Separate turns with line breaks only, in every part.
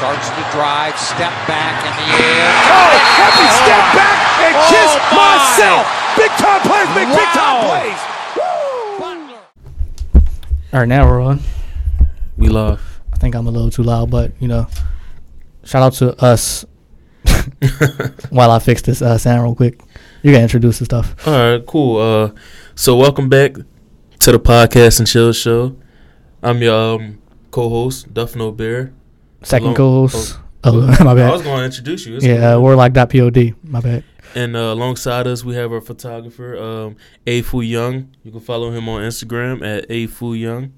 Starts to drive, step back in the air.
Oh, happy step back and
Oh,
kiss
my.
myself. Big time plays, big, big time
Wow.
plays.
All right, now we're on.
We love.
I think I'm a little too loud, but you know, shout out to us. While I fix this uh, sound real quick, you can introduce the stuff.
All right, cool. Uh, so welcome back to the podcast and chill show. I'm your um, co-host Duffin O'Bear.
Second
Hello.
co-host. Oh, my
I was
bad.
going to introduce you. It's
Yeah, uh,
cool.
warlock.pod. My bad.
and uh, alongside us we have our photographer um, A Fu Young. You can follow him on Instagram at A Fu Young.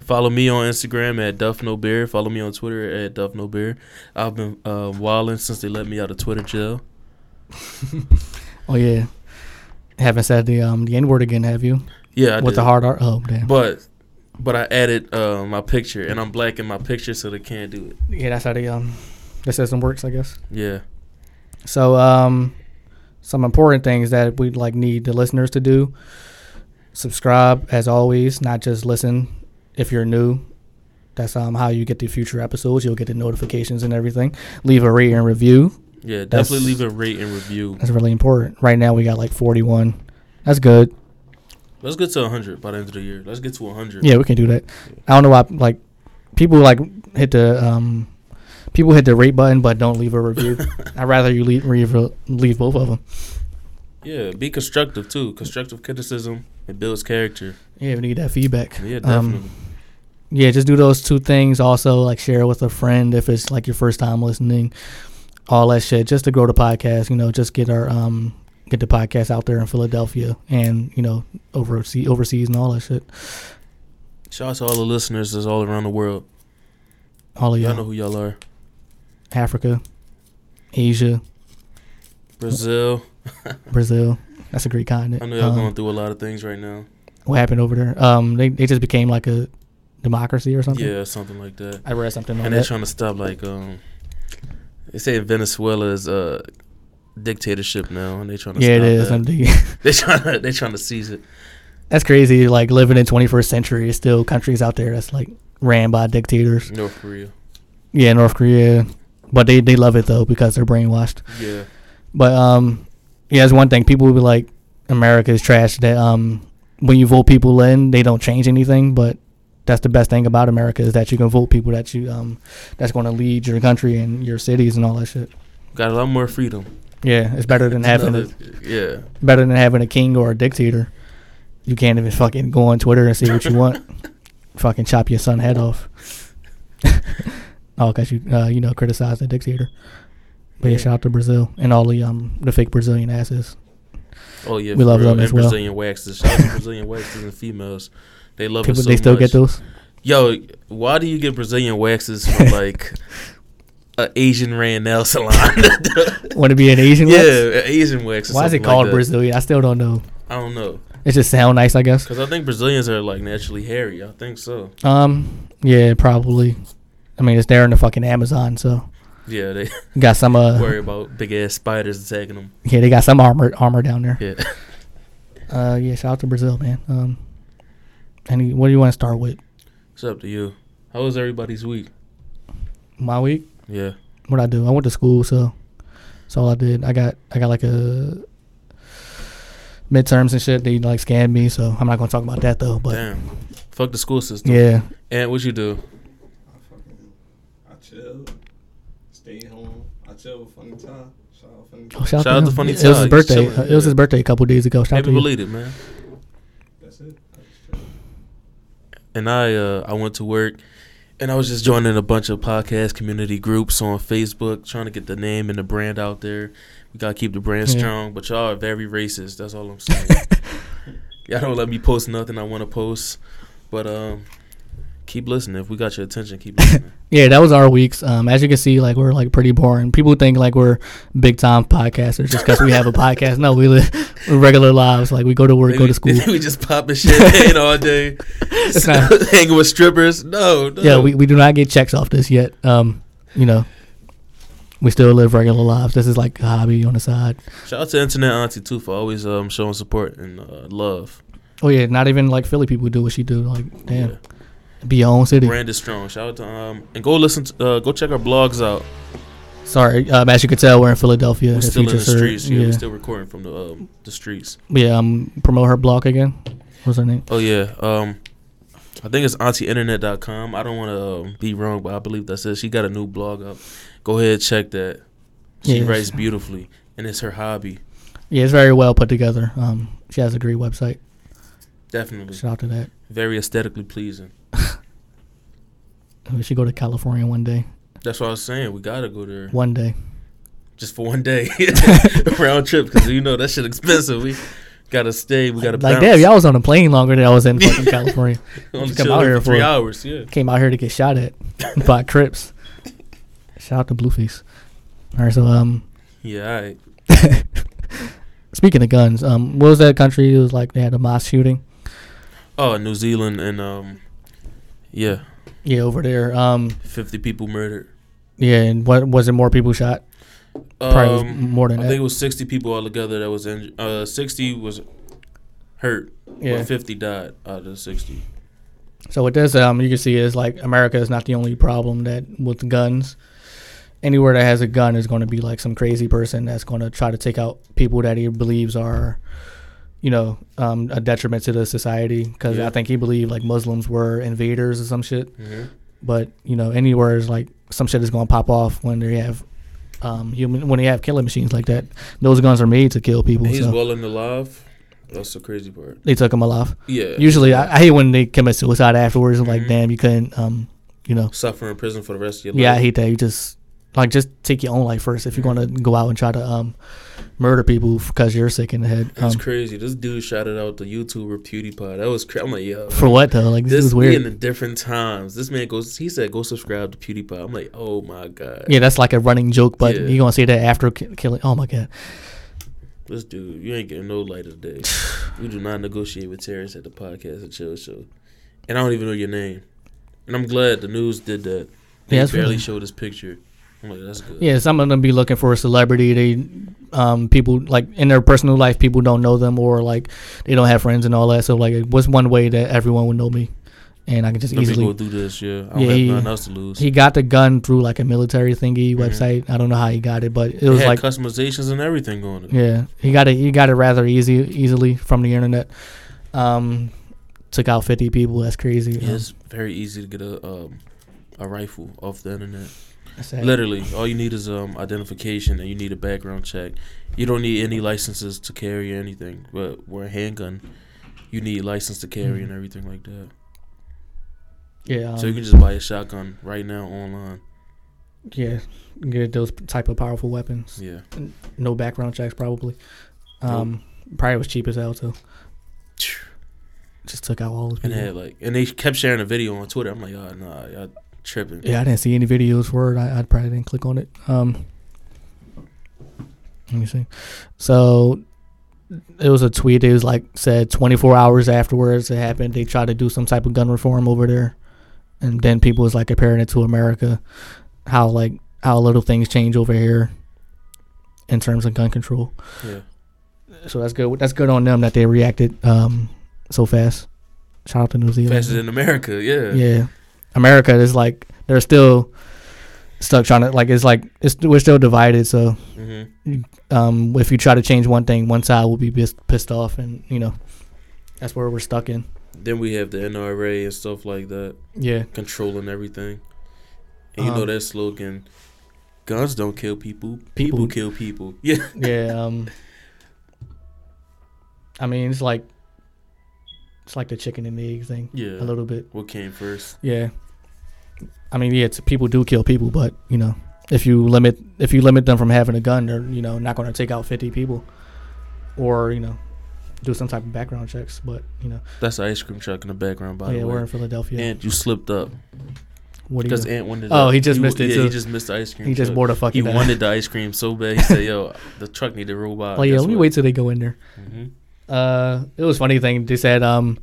Follow me on Instagram at Duffin O'Bear. Follow me on Twitter at Duffin O'Bear. I've been uh, wilding since they let me out of Twitter jail.
Oh yeah, haven't said the um the N word again, have you?
Yeah, I
With the
did.
hard R. Oh damn.
But but I added uh, my picture and I'm black in my picture so they can't do it.
yeah, that's how the um the system works, I guess.
Yeah.
So um, some important things that we like need the listeners to do: subscribe as always, not just listen. If you're new, that's um how you get the future episodes. You'll get the notifications and everything. Leave a rate and review.
Yeah,
That's-
definitely leave a rate and review.
That's really important. Right now we got like 41. That's good.
Let's get to 100 by the end of the year. Let's get to 100.
Yeah, we can do that. I don't know why like people like hit the um people hit the rate button but don't leave a review. I'd rather you leave leave, a- leave both of them.
Yeah, be constructive too. Constructive criticism it builds character.
Yeah, we need that feedback.
Yeah,
Um,
definitely.
Yeah, just do those two things. Also, like share it with a friend if it's like your first time listening, all that shit, just to grow the podcast. You know, just get our um get the podcast out there in Philadelphia and you know overseas, overseas and all that shit.
Shout out to all the listeners that's all around the world.
All of
Y'all
y'all,
know who y'all are.
Africa, Asia,
Brazil.
Brazil. That's a great continent.
I know y'all
Um,
going through a lot of things right now.
what happened over there? Um, they they just became like a democracy or something.
Yeah, something like that.
I read something on
And they're
that.
trying to stop like um they say Venezuela is a dictatorship now and they trying to
Yeah, it
stop
is.
that.
I'm digging.
They trying to they trying to seize it.
that's crazy. Like living in 21st century, there's still countries out there that's like ran by dictators.
North Korea.
Yeah, North Korea. But they, they love it though because they're brainwashed.
Yeah.
But um yeah, that's one thing. People will be like, America is trash that um when you vote people in, they don't change anything, but that's the best thing about America is that you can vote people that you um that's gonna lead your country and your cities and all that shit.
Got a lot more freedom.
Yeah, it's better than having a,
Another- yeah.
better than having a king or a dictator. You can't even fucking go on Twitter and say what you want. fucking chop your son head off. oh, cause you uh, you know criticize the dictator. But yeah,
Yeah.
shout out to Brazil and all the um the fake Brazilian asses.
Oh yeah,
We
for
love
real.
them as
and
well.
Brazilian waxes, Shout out to Brazilian waxes and females, they love
People
it so
they still
Oh, much.
get those.
Yo, why do you get Brazilian waxes from like a Asian ran nail salon?
Want to be an Asian?
yeah,
wax?
a Asian wax. or
Why is it
something
called
like that.
Brazilian? I still don't know.
I don't know,
It just sound nice, I guess.
cause I think Brazilians are like naturally hairy. I think so.
Um, yeah, probably. I mean, it's there in the fucking Amazon, so
Yeah, they
got some uh,
worry about big ass spiders attacking them.
yeah, they got some armor armor down there.
Yeah.
Uh, yeah, shout out to Brazil, man. Um, any what do you want to start with?
It's up to you. How was everybody's week?
My week,
Yeah.
what I do? I went to school, so that's all I did. I got I got like a midterms and shit. They like scanned me, so I'm not gonna talk about that though. But
Damn. Fuck the school system.
yeah,
And what you do?
I fucking, I chill, stay home, I chill with funny time. Shout out funny
oh,
time.
shout,
Shout out
out
to
to him.
Funny
It was
Todd.
his
He's
birthday.
chilling.
It was his birthday a couple days ago. Shout out
Maybe
to you.
believe it, man.
That's it. I just chill.
and I uh, I went to work, and I was just joining a bunch of podcast community groups on Facebook, trying to get the name and the brand out there. We gotta keep the brand
Yeah.
strong, but y'all are very racist. That's all I'm saying. y'all don't let me post nothing I want to post, but um, keep listening. If we got your attention, keep listening.
Yeah, that was our weeks. Um, as you can see, like we're like pretty boring. People think like we're big time podcasters just because we have a podcast. No, we live regular lives. Like we go to work, go to school.
we just popping champagne all day,
It's not-
hanging with strippers. No, no.
yeah, we, we do not get checks off this yet. Um, you know, we still live regular lives. This is like a hobby on the side.
shout out to Internet Auntie too for always um showing support and uh, love.
Oh yeah, not even like Philly people do what she do. Like damn,
Yeah.
Be your own city.
Brandon Strong. Shout out to um and go listen to uh, go check our blogs out.
Sorry, um, as you can tell, we're in Philadelphia.
We're
if
still
you
in the
just heard-
streets. Yeah,
yeah,
we're still recording from the um, the streets.
yeah. Um, promote her blog again. What's her name?
Oh yeah. Um, I think it's auntieinternet.com. I don't want to um, be wrong, but I believe that's it. She got a new blog up. Go ahead, check that. She
Yeah,
writes
she-
beautifully, and it's her hobby.
Yeah, it's very well put together. Um, she has a great website.
Definitely
Shout out to that.
very aesthetically pleasing.
We should go to California one day.
That's what I was saying. We gotta go there
One day.
just for one day, round trip, because you know that shit expensive. We gotta stay. We gotta
Like
bounce.
damn, y'all was on a plane longer than I was in fucking California.
Only
come
chill
out
there
here
for three
for-
hours. Yeah.
Came out here to get shot at by Crips. Shout out to Blueface. All right, so um,
Yeah. All right.
speaking of guns, um, what was that country? It was like they had a mass shooting.
Oh, New Zealand and um, yeah,
Yeah, over there. Um,
fifty people murdered.
yeah, and what was it? More people shot. Probably was
Um,
more than
I
that.
think it was 60 people altogether that was injured. Uh, 60 was hurt,
Yeah.
but 50 died out of the 60.
So with this, um, you can see is like America is not the only problem that with guns. Anywhere that has a gun is going to be like some crazy person that's going to try to take out people that he believes are, you know, um, a detriment to the society. Because
Yeah.
I think he believed like Muslims were invaders or some shit.
Mhm.
But you know, anywhere is like some shit is going to pop off when they have um, human when they have killing machines like that. Those guns are made to kill people.
He's
so
well and alive. That's the crazy part.
they took him alive.
Yeah. Mm-hmm.
Usually, I, I hate when they commit suicide afterwards. and Like, damn, you couldn't, um, you know.
Suffer in prison for the rest of your
Yeah, I
life.
hate that. You just like just take your own life first if you're gonna go out and try to um murder people because you're sick in the head.
That's
Um,
crazy. This dude shouted out the YouTuber PewDiePie. That was crazy. I'm like, yo.
for what though? Like this,
This
is
we in
weird.
the different times. This man goes. He said, "Go subscribe to PewDiePie." I'm like, "Oh my god,
yeah, that's like a running joke, but
Yeah.
you're gonna see that after ki- killing. Oh my god,
this dude, you ain't getting no light of day. we do not negotiate with terrorists at the podcast and chill show, and I don't even know your name. And I'm glad the news did that. They
Yeah, that's
barely
really-
showed his picture. I'm like, that's good.
yeah. Some of them be looking for a celebrity. They um people like in their personal life, people don't know them or like they don't have friends and all that. So like, what's one way that everyone would know me? And I can just
Let
easily
me go do this. Yeah, I don't
Yeah,
have
he-
nothing else to lose.
He got the gun through like a military thingy website. I don't know how he got it, but it
it
was
Mm-hmm. had
like
customizations and everything on it.
yeah, he got it. He got it rather easy, easily from the internet. Um, took out fifty people. That's crazy.
Yeah, It's very easy to get a um, a rifle off the internet.
That's sad.
Literally, all you need is um identification and you need a background check. You don't need any licenses to carry or anything. But we're a handgun. You need license to carry and everything like that.
yeah, Mm. um,
So you can just buy a shotgun right now online.
yeah. Get those type of powerful weapons.
Yeah.
No background checks, probably. Um, probably was cheap as hell too. Just took out all the
And
people.
they had like and they kept sharing a video on Twitter. I'm like, oh nah, y'all tripping.
Yeah, I didn't see any videos for it. I, I probably didn't click on it. Um, let me see. So it was a tweet. It was like said 24 hours afterwards it happened. They tried to do some type of gun reform over there, and then people was like comparing it to America, how like how little things change over here in terms of gun control.
Yeah.
So that's good. That's good on them that they reacted um so fast. Shout out to New Zealand.
Faster than America, yeah.
Yeah. America is like they're still stuck trying to like it's like it's we're still divided. So
hmm
um, if you try to change one thing, one side will be pissed, pissed off, and you know that's where we're stuck in.
Then we have the NRA and stuff like that.
Yeah,
controlling everything. And you know
Um,
that slogan, guns don't kill people, people,
People-
kill people. Yeah.
yeah. Um, I mean, it's like it's like the chicken and the egg thing
Yeah.
a little bit.
What came first?
Yeah. I mean, yeah, it's, people do kill people, but you know, if you limit if you limit them from having a gun, they're you know not going to take out fifty people, or you know, do some type of background checks. But you know,
That's the ice cream truck in the background, by
oh, yeah,
the
we're
way.
in Philadelphia.
Ant, you slipped up
what do you?
because Ant wanted.
Oh,
that-
he just missed it,
yeah, He
too.
just missed the ice cream.
He just
truck.
bought a fucking.
He
bag.
wanted the ice cream so bad. He said, "Yo, the truck need to roll by."
Oh yeah,
Guess
let me
what?
wait till they go in there.
Mhm.
Uh, it was funny thing they said. Um,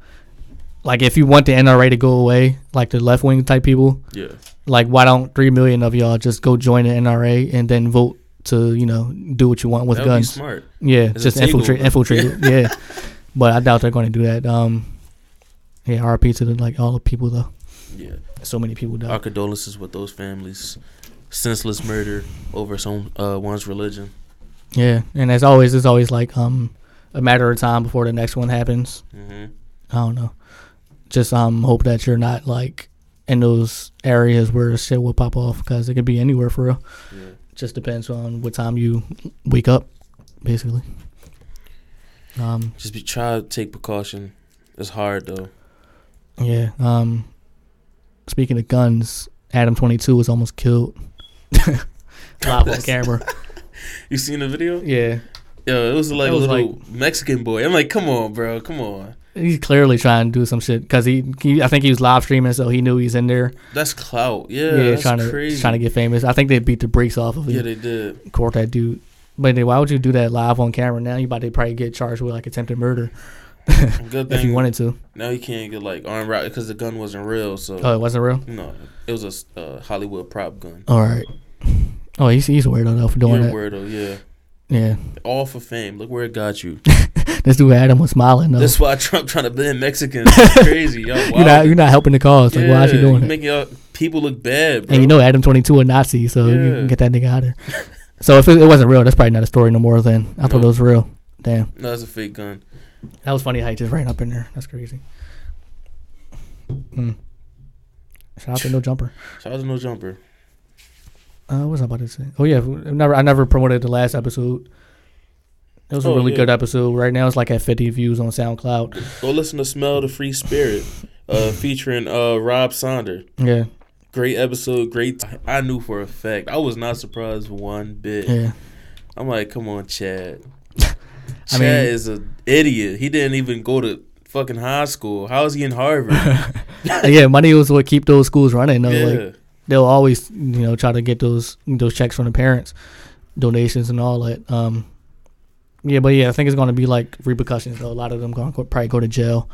like if you want the NRA to go away, like the left wing type people,
Yeah,
like why don't three million of y'all just go join the NRA and then vote to you know do what you want with
that would be
guns?
smart.
Yeah,
It's a
just infiltrate,
takeover.
infiltrate. it, yeah, but I doubt they're going to do that. Um, yeah, RP to the, like all the people though. Uh,
Yeah.
So many people
Our
die.
condolences with those families. Senseless murder over some uh, one's religion.
Yeah, and as always, it's always like um a matter of time before the next one happens.
hmm
I don't know. Just um hope that you're not like in those areas where shit will pop off because it could be anywhere for real.
Yeah.
Just depends on what time you wake up, basically. Um
Just be try to take precaution. It's hard though.
yeah. Um speaking of guns, Adam twenty two was almost killed. Live on
That's-
camera.
You seen the video?
Yeah.
Yo, it was like
That was
a little Mexican boy. I'm like, come on, bro, come on.
He's clearly trying to do some shit because he, he, I think he was live streaming, so he knew he's in there.
That's clout. Yeah,
yeah,
that's
trying to
crazy.
trying to get famous. I think they beat the brakes off of
yeah,
it.
they did.
court that dude. But then why would you do that live on camera? Now you about to probably get charged with like attempted murder
Good
if you
thing.
wanted to.
now you can't get like armed robbery because the gun wasn't real. So
Oh, it wasn't real.
no, it was a s- uh, Hollywood prop gun.
All right. Oh, he's he's a weirdo though for doing
You're a
that.
weirdo, yeah.
Yeah,
All for fame. Look where it got you.
this dude Adam was smiling though.
That's why Trump trying to ban Mexicans. It's crazy, y'all.
you're not you're not helping the cause. Like, why is he doing it?
Making y'all, people look bad, bro.
And you know Adam twenty two a Nazi, so you
Yeah.
can get that nigga out of there. so if it, it wasn't real, that's probably not a story no more. Then I thought
No.
it was real. Damn,
no, it's a fake gun.
that was funny how he just ran up in there. That's crazy. Hmm. Shout out to no jumper.
Shout out to No Jumper.
Uh, what was I about to say? Oh yeah, I never I never promoted the last episode. It was a
Oh,
really
yeah.
good episode. Right now it's like at 50 views on SoundCloud.
Go listen to Smell the Free Spirit, uh, featuring uh, Rob Sonder.
Yeah,
Great episode, great. I knew for a fact. I was not surprised one bit.
yeah.
I'm like, come on, Chad.
I
Chad
mean-
is an idiot. He didn't even go to fucking high school. How is he in Harvard?
yeah, money was what keep those schools running. Though.
yeah.
Like they'll always, you know, try to get those those checks from the parents, donations and all that. Um Yeah, but yeah, I think it's gonna be like repercussions though. A lot of them gonna go, probably go to jail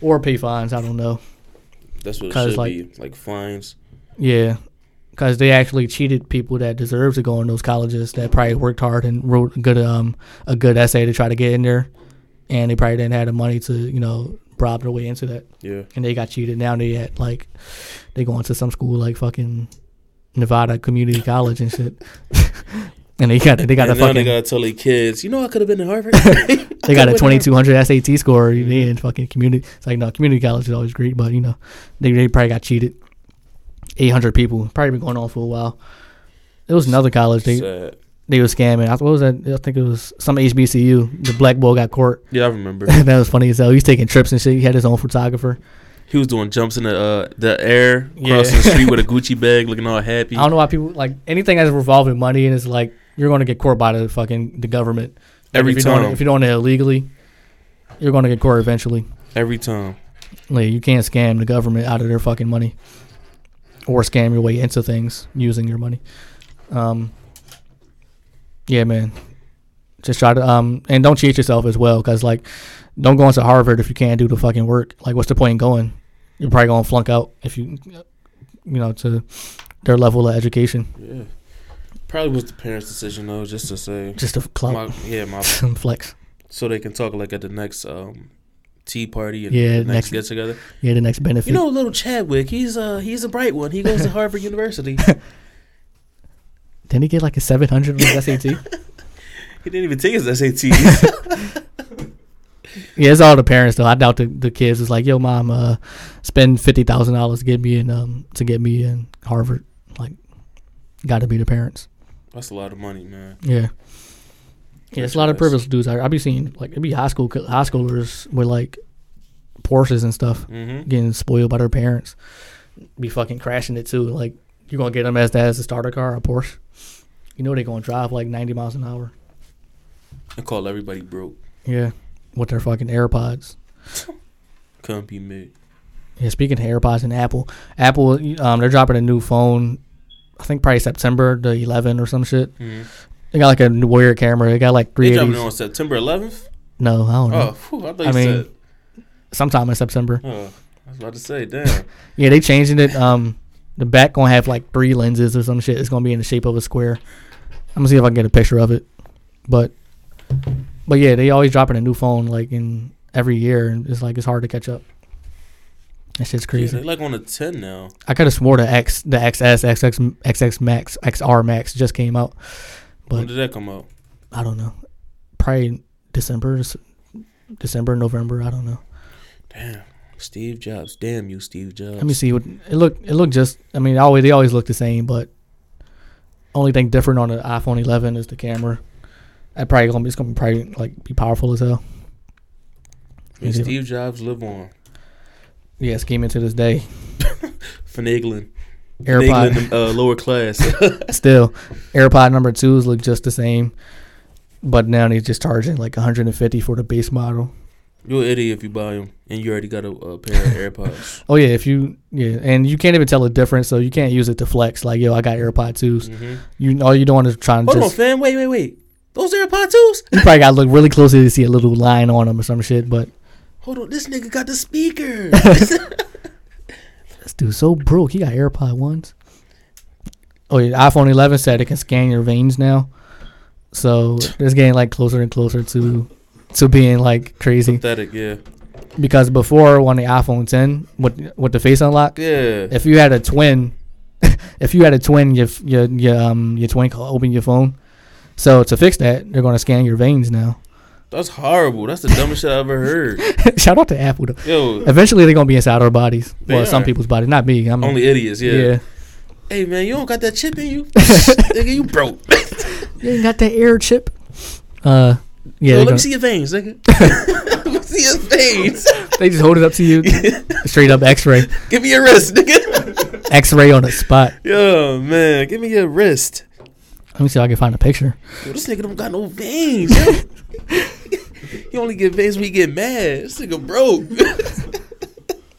or pay fines, I don't know.
That's what it
'Cause,
should
like-
be. Like fines.
Yeah, because they actually cheated people that deserve to go in those colleges that probably worked hard and wrote a good um a good essay to try to get in there, and they probably didn't have the money to you know bribe their way into that,
Yeah.
and they got cheated. Now they at like they going to some school like fucking Nevada Community College and shit. And they got they got
And
a
now
fucking
they
they got,
gotta tell their kids, you know, I could have been in Harvard.
a twenty two hundred SAT score. You did fucking community. It's like no community college is always great, but you know they they probably got cheated. Eight hundred people probably been going on for a while. It was another college. They,
Sad.
they were scamming. I, what was that? I think it was some HBCU. The black boy got caught.
Yeah, I remember.
that was funny as hell. He's taking trips and shit. He had his own photographer.
He was doing jumps in the uh, the air,
Yeah.
crossing the street with a Gucci bag, looking all happy.
I don't know why people like anything that's revolving money and it's like you're going to get caught by the fucking the government Like,
Every
if you're doing it-
time.
if you're doing it illegally, you're going to get caught eventually.
Every time.
Like you can't scam the government out of their fucking money, or scam your way into things using your money. Um, yeah, man. Just try to um, and don't cheat yourself as well, cause like, don't go into Harvard if you can't do the fucking work. Like, what's the point in going? You're probably gonna flunk out if you, you know, to their level of education.
Yeah. Probably was the parents' decision though, just to say,
Just to
my,
clout,
yeah, my,
some flex.
so they can talk like at the next um, tea party and
Yeah,
the
next-
next, get together.
Yeah, the next benefit.
You know, little Chadwick, he's uh he's a bright one. He goes to Harvard University.
Didn't he get like a seven hundred E on his SAT?
He didn't even take his SATs.
Yeah, it's all the parents though. I doubt the, the kids is like, "Yo, mom, uh, spend fifty thousand dollars to get me in um to get me in Harvard." Like, got to be the parents.
That's a lot of money, man.
Yeah, yeah, it's a lot of
Merchandise.
privileged dudes. I I be seeing like it be high school high schoolers with like Porsches and stuff
Mm-hmm.
getting spoiled by their parents. Be fucking crashing it too. Like you gonna get them as that as a starter car, a Porsche. You know they gonna drive like ninety miles an hour.
I call everybody broke.
Yeah, with their fucking AirPods.
Come be me.
Yeah, speaking of AirPods and Apple, Apple, um, they're dropping a new phone. I think probably September the 11th or some shit.
Mm-hmm.
They got like a new weird camera. They got like
They dropping it
380s.
on September 11th.
No, I don't know.
Oh, whew, I thought you
Mm-hmm. I mean-
said.
Sometime in September.
Oh, I was about to say, damn.
Yeah, they changing it. Um, the back gonna have like three lenses or some shit. It's gonna be in the shape of a square. I'm gonna see if I can get a picture of it. But, but yeah, they always dropping a new phone like in every year, and it's like it's hard to catch up. That shit's
Yeah,
crazy.
they like on a ten now.
I could have swore the X, the XS, XX, XX Max, XR Max just came out,
when
but
did that come out?
I don't know. Probably December, s- December, November. I don't know.
Damn, Steve Jobs. Damn you, Steve Jobs.
Let me see what it looked. It looked just. I mean, always they always look the same, but only thing different on the iPhone 11 is the camera. That probably gonna be it's gonna be probably like be powerful as hell.
May Steve Jobs live on
Yeah, scheming to this day.
finagling,
AirPod.
finagling the uh, lower class.
Still, AirPod number twos look just the same, but now they're just charging like 150 for the base model.
You're an idiot if you buy them and you already got a, a pair of AirPods.
Oh yeah, if you yeah, and you can't even tell the difference, so you can't use it to flex. Like yo, I got AirPod twos.
hmm
You all you doing is trying to
Hold on,
just.
fam. Wait, wait, wait. Those AirPod twos?
You probably got to look really closely to see a little line on them or some shit, but.
Hold on, this nigga got the speaker.
This dude so broke. He got AirPod ones. Oh yeah, iPhone 11 said it can scan your veins now, so it's getting like closer and closer to to being like crazy.
Pathetic, yeah,
Because before on the iPhone 10 with with the face unlock,
yeah.
if you had a twin, if you had a twin, your f- your your um your twin could open your phone. So to fix that, they're gonna scan your veins now.
That's horrible. That's the dumbest shit I ever heard.
Shout out to Apple. Though.
Yo,
Eventually, they're gonna be inside our bodies.
They
well, some
are.
people's bodies, not me. I'm
only idiots. Yeah.
yeah.
Hey man, you don't got that chip in you, nigga. You broke.
You ain't got that air chip. Uh, yeah. they
Yo, let me
gonna-
see your veins, nigga. let me see your veins.
they just hold it up to you, straight up X-ray,
Give me your wrist, nigga.
X-ray on the spot.
Yo, man, give me your wrist.
Let me see if I can find a picture.
Yo, this nigga don't got no veins. Yo. he only get veins when he get mad. This nigga broke.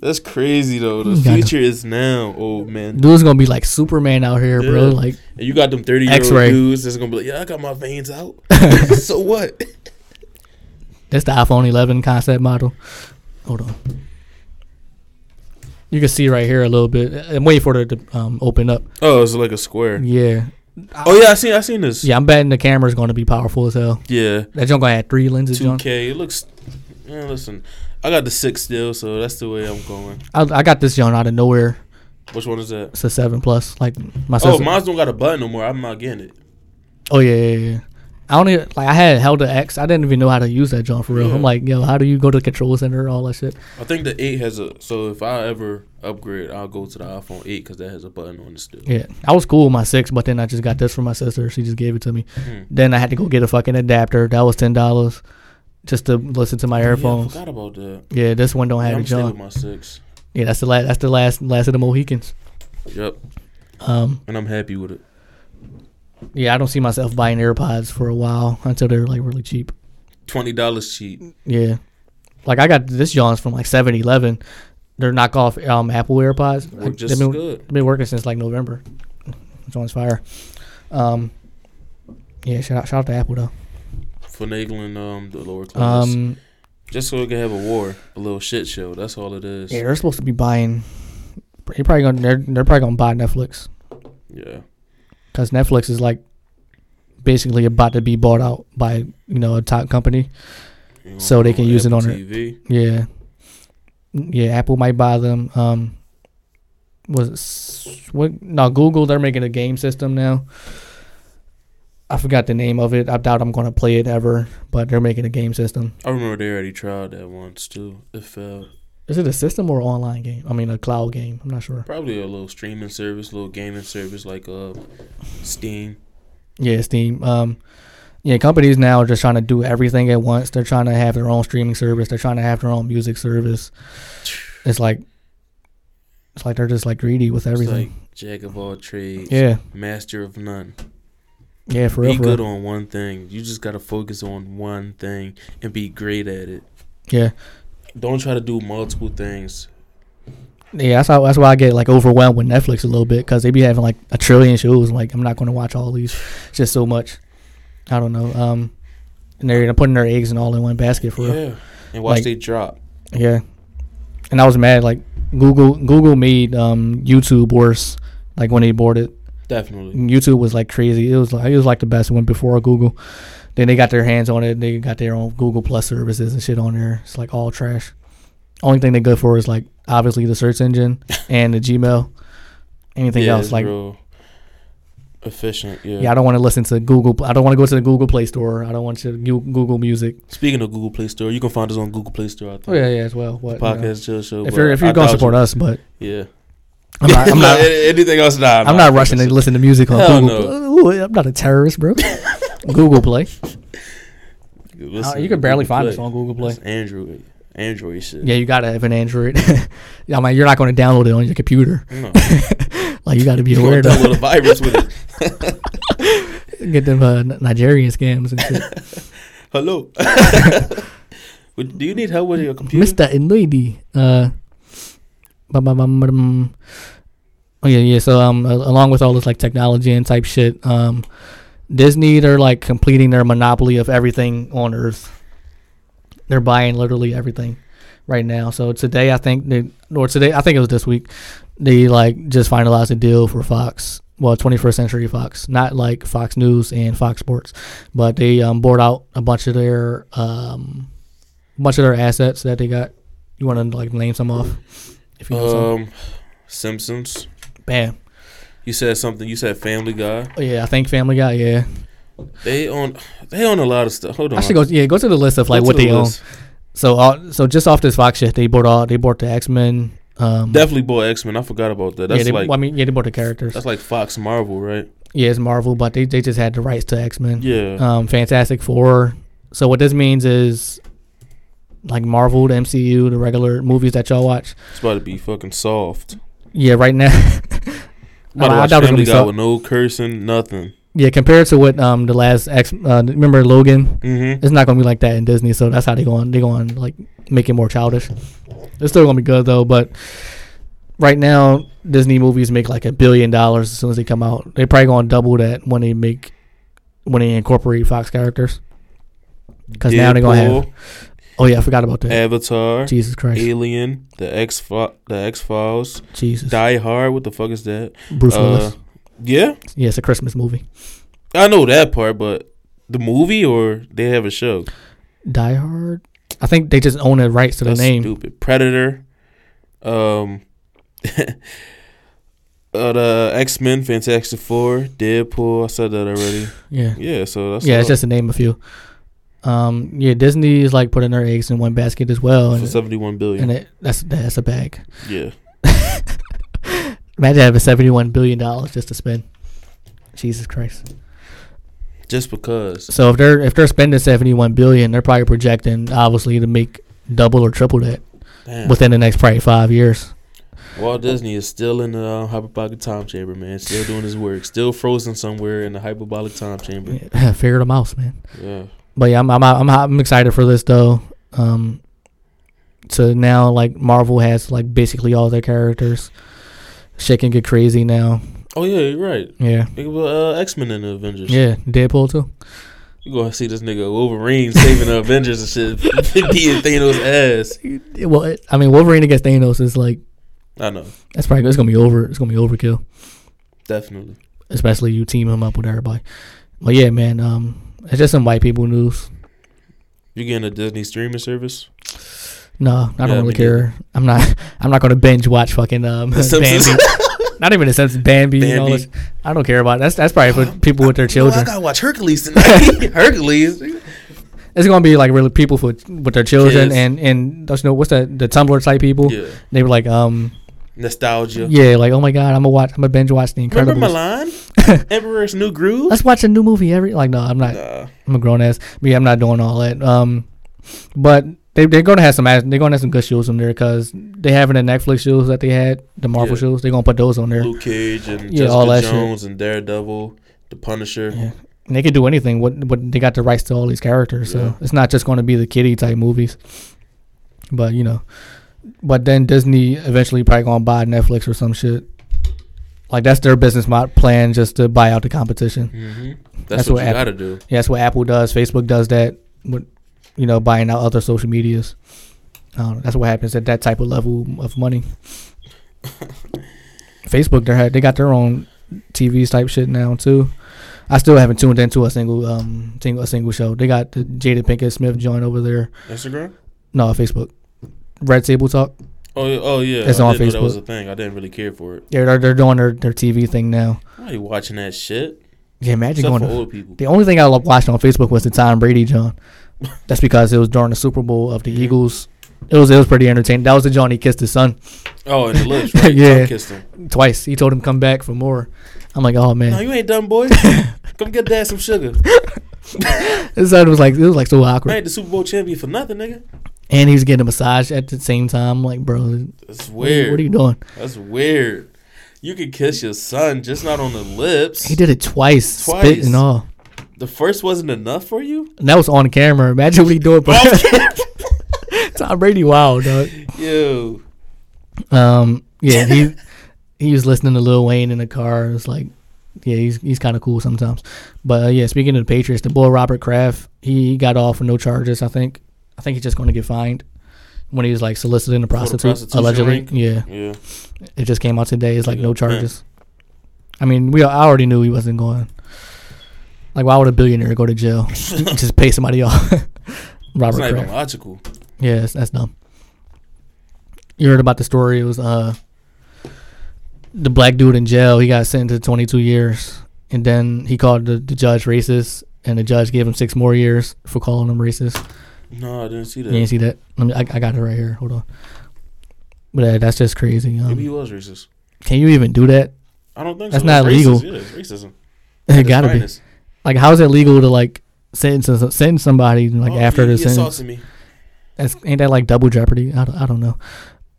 That's crazy though. The
You got
future is now, old man.
Dude's gonna be like Superman out here, bro.
Yeah.
Like,
And you got them thirty year
X-ray.
old dudes that's gonna be like, yeah, I got my veins out. so what?
that's the iPhone 11 concept model. Hold on. You can see right here a little bit. I'm waiting for it to um, open up.
Oh, it's like a square.
Yeah,
Oh yeah, I seen I seen this.
yeah. I'm betting the camera's gonna be powerful as hell.
Yeah.
That junk gonna have three lenses,
Two
John.
K. It looks man, listen. I got the six still, so that's the way I'm going.
I, I got this John out of nowhere.
Which one is that?
It's a seven plus. Like my
Oh,
sister.
mine's don't got a button no more. I'm not getting it.
Oh yeah, yeah, yeah. I don't even like I had held the X. I didn't even know how to use that joint for real.
Yeah.
I'm like, yo, how do you go to the control center? All that shit.
I think the eight has a. So if I ever upgrade, I'll go to the iPhone eight because that has a button on it still.
Yeah, I was cool with my six, but then I just got this from my sister. She just gave it to me.
Mhm.
Then I had to go get a fucking adapter. That was ten dollars just to listen to my
Oh, Yeah,
earphones.
I forgot about that.
Yeah, this one don't
Yeah,
have
I'm
it,
still with
John.
my six.
Yeah, that's the last. That's the last. Last of the Mohicans.
Yep,
Um,
and I'm happy with it.
yeah, I don't see myself buying AirPods for a while until they're like really cheap.
Twenty dollars cheap.
Yeah, like I got this John's from like Seven Eleven. They're knockoff um, Apple AirPods.
Work
Like,
just
they've been-
as good.
been working since like November. John's fire. Um, yeah, shout out, shout out to Apple though.
Finagling um the lower class.
Um,
Just so we can have a war, a little shit show. That's all it is.
yeah, they're supposed to be buying. They're probably gonna they're, they're probably gonna buy Netflix
Yeah.
because Netflix is like basically about to be bought out by you know a top company.
You know,
So they can use it
Apple
on it.
TV.
Yeah, yeah, Apple might buy them. Um, was it s- what? No, Google. They're making a game system now. I forgot the name of it. I doubt I'm gonna play it ever, but they're making a game system.
I remember they already tried that once too. It failed.
Is it a system or online game? I mean, a cloud game. I'm not sure.
Probably a little streaming service, little gaming service like uh Steam.
Yeah, Steam. Um, yeah, companies now are just trying to do everything at once. They're trying to have their own streaming service. They're trying to have their own music service. It's like, it's like they're just like greedy with
It's
everything.
like jack of all trades.
yeah,
Master of none.
yeah, for real.
be
For
good
real.
on one thing. You just gotta focus on one thing and be great at it.
Yeah,
Don't try to do multiple things.
yeah. That's how. That's why I get like overwhelmed with Netflix a little bit because they be having like a trillion shows. I'm like, I'm not going to watch all these. It's just so much. I don't know. Um, and they're putting their eggs in all in one basket for real.
Yeah. And watch
Like-
they drop.
Yeah, and I was mad. Like Google, Google made um, YouTube worse. Like when they bought it,
Definitely.
YouTube was like crazy. It was like it was like the best one before Google. Then they got their hands on it. They got their own Google Plus services and shit on there. It's like all trash. Only thing they go for is like obviously the search engine and the Gmail. Anything
yeah,
else
it's
like
real efficient. Yeah.
yeah, I don't want to listen to Google. I don't want to go to the Google Play Store. I don't want to Goo- Google Music.
Speaking of Google Play Store, you can find us on Google Play Store. I think.
Oh yeah, yeah, as well. What, you know.
Podcast Chill Show.
if
but
you're if you're
I
gonna
doubt
support
you-
us, but
yeah.
I'm not. I'm not
anything else. Nah,
I'm not rushing to listen to music on
Hell
Google. Ooh, I'm not a terrorist, bro. Google Play.
Listen,
Uh, you can barely find us on Google Play.
That's Android, Android shit.
Yeah, you gotta have an Android. I mean, you're not gonna download it on your computer.
No.
Like you gotta be
You gonna
aware
download a
of
virus with it.
get them uh, N- Nigerian scams and shit.
Hello. Would- Do you need help with your computer?
Mister and Lady. Uh, bum, bum, bum, bum. Oh yeah, yeah. So um, a- along with all this like technology and type shit, um, Disney they're like completing their monopoly of everything on Earth. They're buying literally everything right now. So today, I think they, or today, I think it was this week, they like just finalized a deal for Fox. Well, 21st Century Fox, not like Fox News and Fox Sports, but they um, bought out a bunch of their um, bunch of their assets that they got. You want to like name some off? If you know some.
Um, Simpsons.
Bam.
You said something. You said Family Guy.
Oh, yeah, I think Family Guy. Yeah,
They own. They own a lot of stuff. Hold on.
I should go. Yeah, go to the list of
Go
like
to
what
the
they own.
list.
So, uh, so just off this Fox shit, they bought all. They bought the X Men. Um,
Definitely bought X Men. I forgot about that. That's
yeah, they,
like
well, I mean, yeah, they bought the characters.
that's like Fox Marvel, right?
yeah, it's Marvel, but they, they just had the rights to X Men.
Yeah.
Um, Fantastic Four. So what this means is, like Marvel, the MCU, the regular movies that y'all watch.
it's about to be fucking soft.
Yeah, right now.
I'm about to
I
watch
doubt it's gonna
Family
be
Guy
soft.
with no cursing, nothing.
Yeah, compared to what um the last X, uh, remember Logan?
Mm-hmm.
It's not gonna be like that in Disney, so that's how they going. They going like make it more childish. It's still gonna be good though, but right now Disney movies make like a billion dollars as soon as they come out. They probably gonna double that when they make when they incorporate Fox characters. Because now they're gonna have. Oh yeah, I forgot about that.
Avatar,
Jesus Christ,
Alien, the X the X Files,
Jesus,
Die Hard. What the fuck is that?
Bruce
Uh,
Willis.
yeah,
Yeah, it's a Christmas movie.
I know that part, but the movie or they have a show.
Die Hard. I think they just own the rights to the
That's
name.
Stupid Predator. Um. uh, the X Men, Fantastic Four, Deadpool. I said that already.
Yeah.
Yeah, so that's
yeah, it's
all.
just to name a few. Um, yeah, Disney is like putting their eggs in one basket as well,
for
and,
seventy one billion.
and it, that's that's a bag.
yeah,
Imagine having seventy-one billion dollars just to spend. Jesus Christ!
just because.
So if they're if they're spending seventy-one billion, they're probably projecting obviously to make double or triple that
Damn.
within the next probably five years.
Walt Disney is still in the uh, hyperbolic time chamber, man. Still doing his work. Still frozen somewhere in the hyperbolic time chamber.
Figure them out, man.
Yeah.
But yeah, I'm I'm I'm, I'm excited for this though. Um, so now like Marvel has like basically all their characters. Shit can get crazy now.
Oh yeah, you're right.
Yeah.
They can put uh, X Men in the Avengers.
Yeah, Deadpool too.
You gonna see this nigga Wolverine saving the Avengers and shit, beating Thanos' ass.
It- Well, it- I mean, Wolverine against Thanos is like
I know,
that's probably it's gonna be over. It's gonna be overkill,
definitely.
especially you team him up with everybody. But yeah, man, um, it's just some white people news.
You getting a Disney streaming service?
No, I don't
Yeah, me
really care. I'm not. I'm not gonna binge watch fucking um
The
Bambi.
Simpsons.
not even the Simpsons. Bambi, and all
Bambi.
this. I don't care about it. that's. That's probably for people with their
No, I
children.
gotta watch Hercules tonight. Hercules.
It's gonna be like really people for with their children
Kids.
and and don't you know what's that the Tumblr type people?
Yeah.
They were like um
Nostalgia.
yeah like oh my god I'm gonna watch I'm gonna binge watch the Incredibles.
Remember Milan? Emperor's New Groove.
let's watch a new movie every like no i'm not
Nah.
i'm a grown ass me i'm not doing all that um but they, they're gonna have some ass- they're gonna have some good shows on there because they having the netflix shows that they had the marvel
Yeah.
shows they're gonna put those on there
Luke Cage and
Yeah,
Jessica
all that shit.
Jones and Daredevil, The Punisher.
Yeah. and they could do anything what what they got the rights to all these characters
Yeah.
so it's not just gonna be the kiddie type movies but you know but then disney eventually probably gonna buy netflix or some shit like that's their business mod plan just to buy out the competition
hmm That's,
That's
what,
what
you
happened.
gotta do.
Yeah, that's what Apple does. Facebook does that with you know buying out other social medias. Um, that's what happens at that type of level of money. Facebook, they had they got their own TVs type shit now too. I still haven't tuned into a single um single a single show. They got the Jada Pinkett Smith joint over there.
Instagram.
No, Facebook. Red Table Talk?
Oh, yeah- oh yeah.
It's
I
on
didn't know That was
Facebook.
a thing. I didn't really care for it.
Yeah, they're, they're doing their, their TV thing now.
I ain't watching that shit.
Yeah, imagine
Except
going.
for
To,
old people.
the only thing I lo- watched on Facebook was the Tom Brady John. That's because it was during the Super Bowl of the Eagles. It was it was pretty entertaining. That was the John he kissed his son
Oh, and the lips, right?
Yeah.
Tom kissed him.
twice. He told him come back for more. I'm like, oh
No,
man,
you ain't done, boy. Come get dad some sugar.
his son was like it was like so
I
awkward.
ain't the Super Bowl champion for nothing, nigga.
And he was getting a massage at the same time. Like, bro,
That's
what are you-
weird.
what are you doing?
That's weird. You could kiss your son, just not on the lips.
He did it twice, spit
Twice.
and all.
The first wasn't enough for you.
And that was on camera. Imagine what he doing. bro. Tom Brady, wow, dog.
Yo,
Um, yeah, he he was listening to Lil Wayne in the car. It's like, yeah, he's he's kind of cool sometimes. But uh, yeah, speaking of the Patriots, the boy Robert Kraft, he got off with no charges. I think I think he's just going to get fined when he was like soliciting a prostitute
prostitution
allegedly.
ring?
Yeah,
yeah.
it just came out today. It's like no
Nigga, man.
charges. I mean, we I already knew he wasn't going. Like, why would a billionaire go to jail? just pay somebody off.
It's
Robert
not
Kraft.
even logical.
Yeah, that's, that's dumb. You heard about the story? It was uh, the black dude in jail. He got sentenced to 22 years, and then he called the, the judge racist, and the judge gave him six more years for calling him racist.
No, I didn't see that.
You didn't see that? I, mean, I, I got it right here. Hold on. But uh, that's just crazy.
Maybe he
Um,
was racist.
can you even do that?
I don't think
That's
so.
not
racist.
legal.
Yeah, it's racism.
It
It's
gotta be.
finest.
Like, how is it legal to like sentence sentence somebody like
Oh,
after
he,
the
he
sentence?
assaulted me.
That's, ain't that like double jeopardy? I don't, I don't know.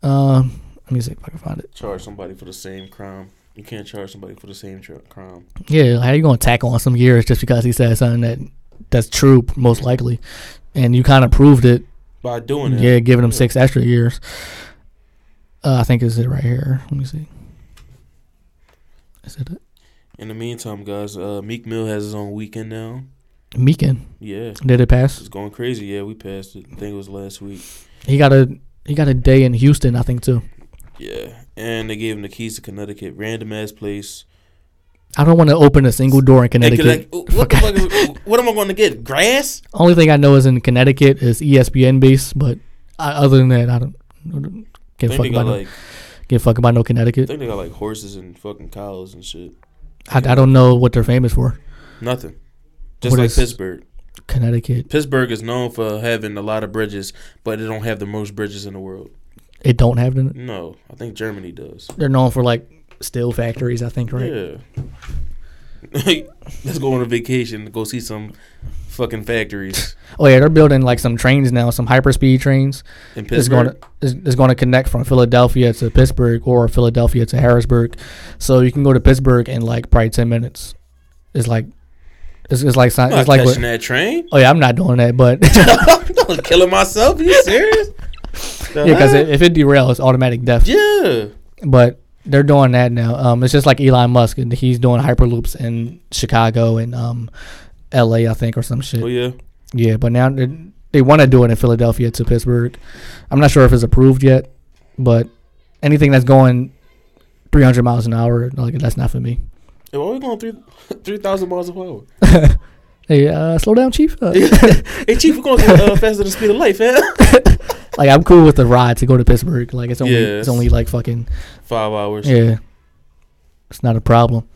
Um, let me see if I can find it.
Charge somebody for the same crime. You can't charge somebody for the same tr- crime.
Yeah, like, how you gonna tackle on some years just because he said something that that's true most likely, and you kind of proved it.
By doing it.
Yeah, giving him six extra years. Uh, I think is it right here. Let me see. Is it it?
In the meantime, guys, uh, Meek Mill has his own weekend now.
Meekin?
Yeah.
Did it pass?
It's going crazy. Yeah, we passed it. I think it was last week.
He got a he got a day in Houston, I think too.
Yeah. And they gave him the keys to Connecticut. Random ass place.
I don't want to open a single door in
And
Connecticut.
Connect- oh, what the fuck is, what am I going to get? Grass?
Only thing I know is in Connecticut is E ESPN base, but I, other than that, I don't. I don't
I
Give a
think
fuck
they
about
got
no,
like
give a fuck about no
I
Connecticut.
think they got like horses and fucking cows and shit.
I, I don't know what they're famous for.
Nothing. Just
What
like
is-
Pittsburgh.
Connecticut.
Pittsburgh is known for having a lot of bridges, but they don't have the most bridges in the world.
It don't have it.
No, I think Germany does.
They're known for like steel factories, I think, right?
Yeah. Let's go on a vacation to go see some fucking factories
Oh yeah, they're building like some trains now, some hyperspeed trains.
in
It's going
Pittsburgh.
to it's, it's going to connect from Philadelphia to Pittsburgh or Philadelphia to Harrisburg, so you can go to Pittsburgh in like probably ten minutes. It's like it's, it's like
I'm
sci-
not
it's like
catching
what-
that train.
oh yeah, I'm not doing that, but yeah,
I was killing myself. Are you serious?
because if it derails, it's automatic death.
yeah.
But they're doing that now. Um, it's just like Elon Musk, and he's doing hyperloops in Chicago and um, L.A. I think or some shit.
Oh yeah.
Yeah, but now they, they want to do it in Philadelphia to Pittsburgh. I'm not sure if it's approved yet, but anything that's going 300 miles an hour, like that's not for me.
Why are we going three three thousand miles an hour?
Hey, uh, slow down, Chief. Uh,
Hey chief, we're going to, uh, faster than the speed of light, man.
like I'm cool with the ride to go to Pittsburgh. Like it's only
Yeah,
it's only like fucking
Five hours.
yeah. It's not a problem.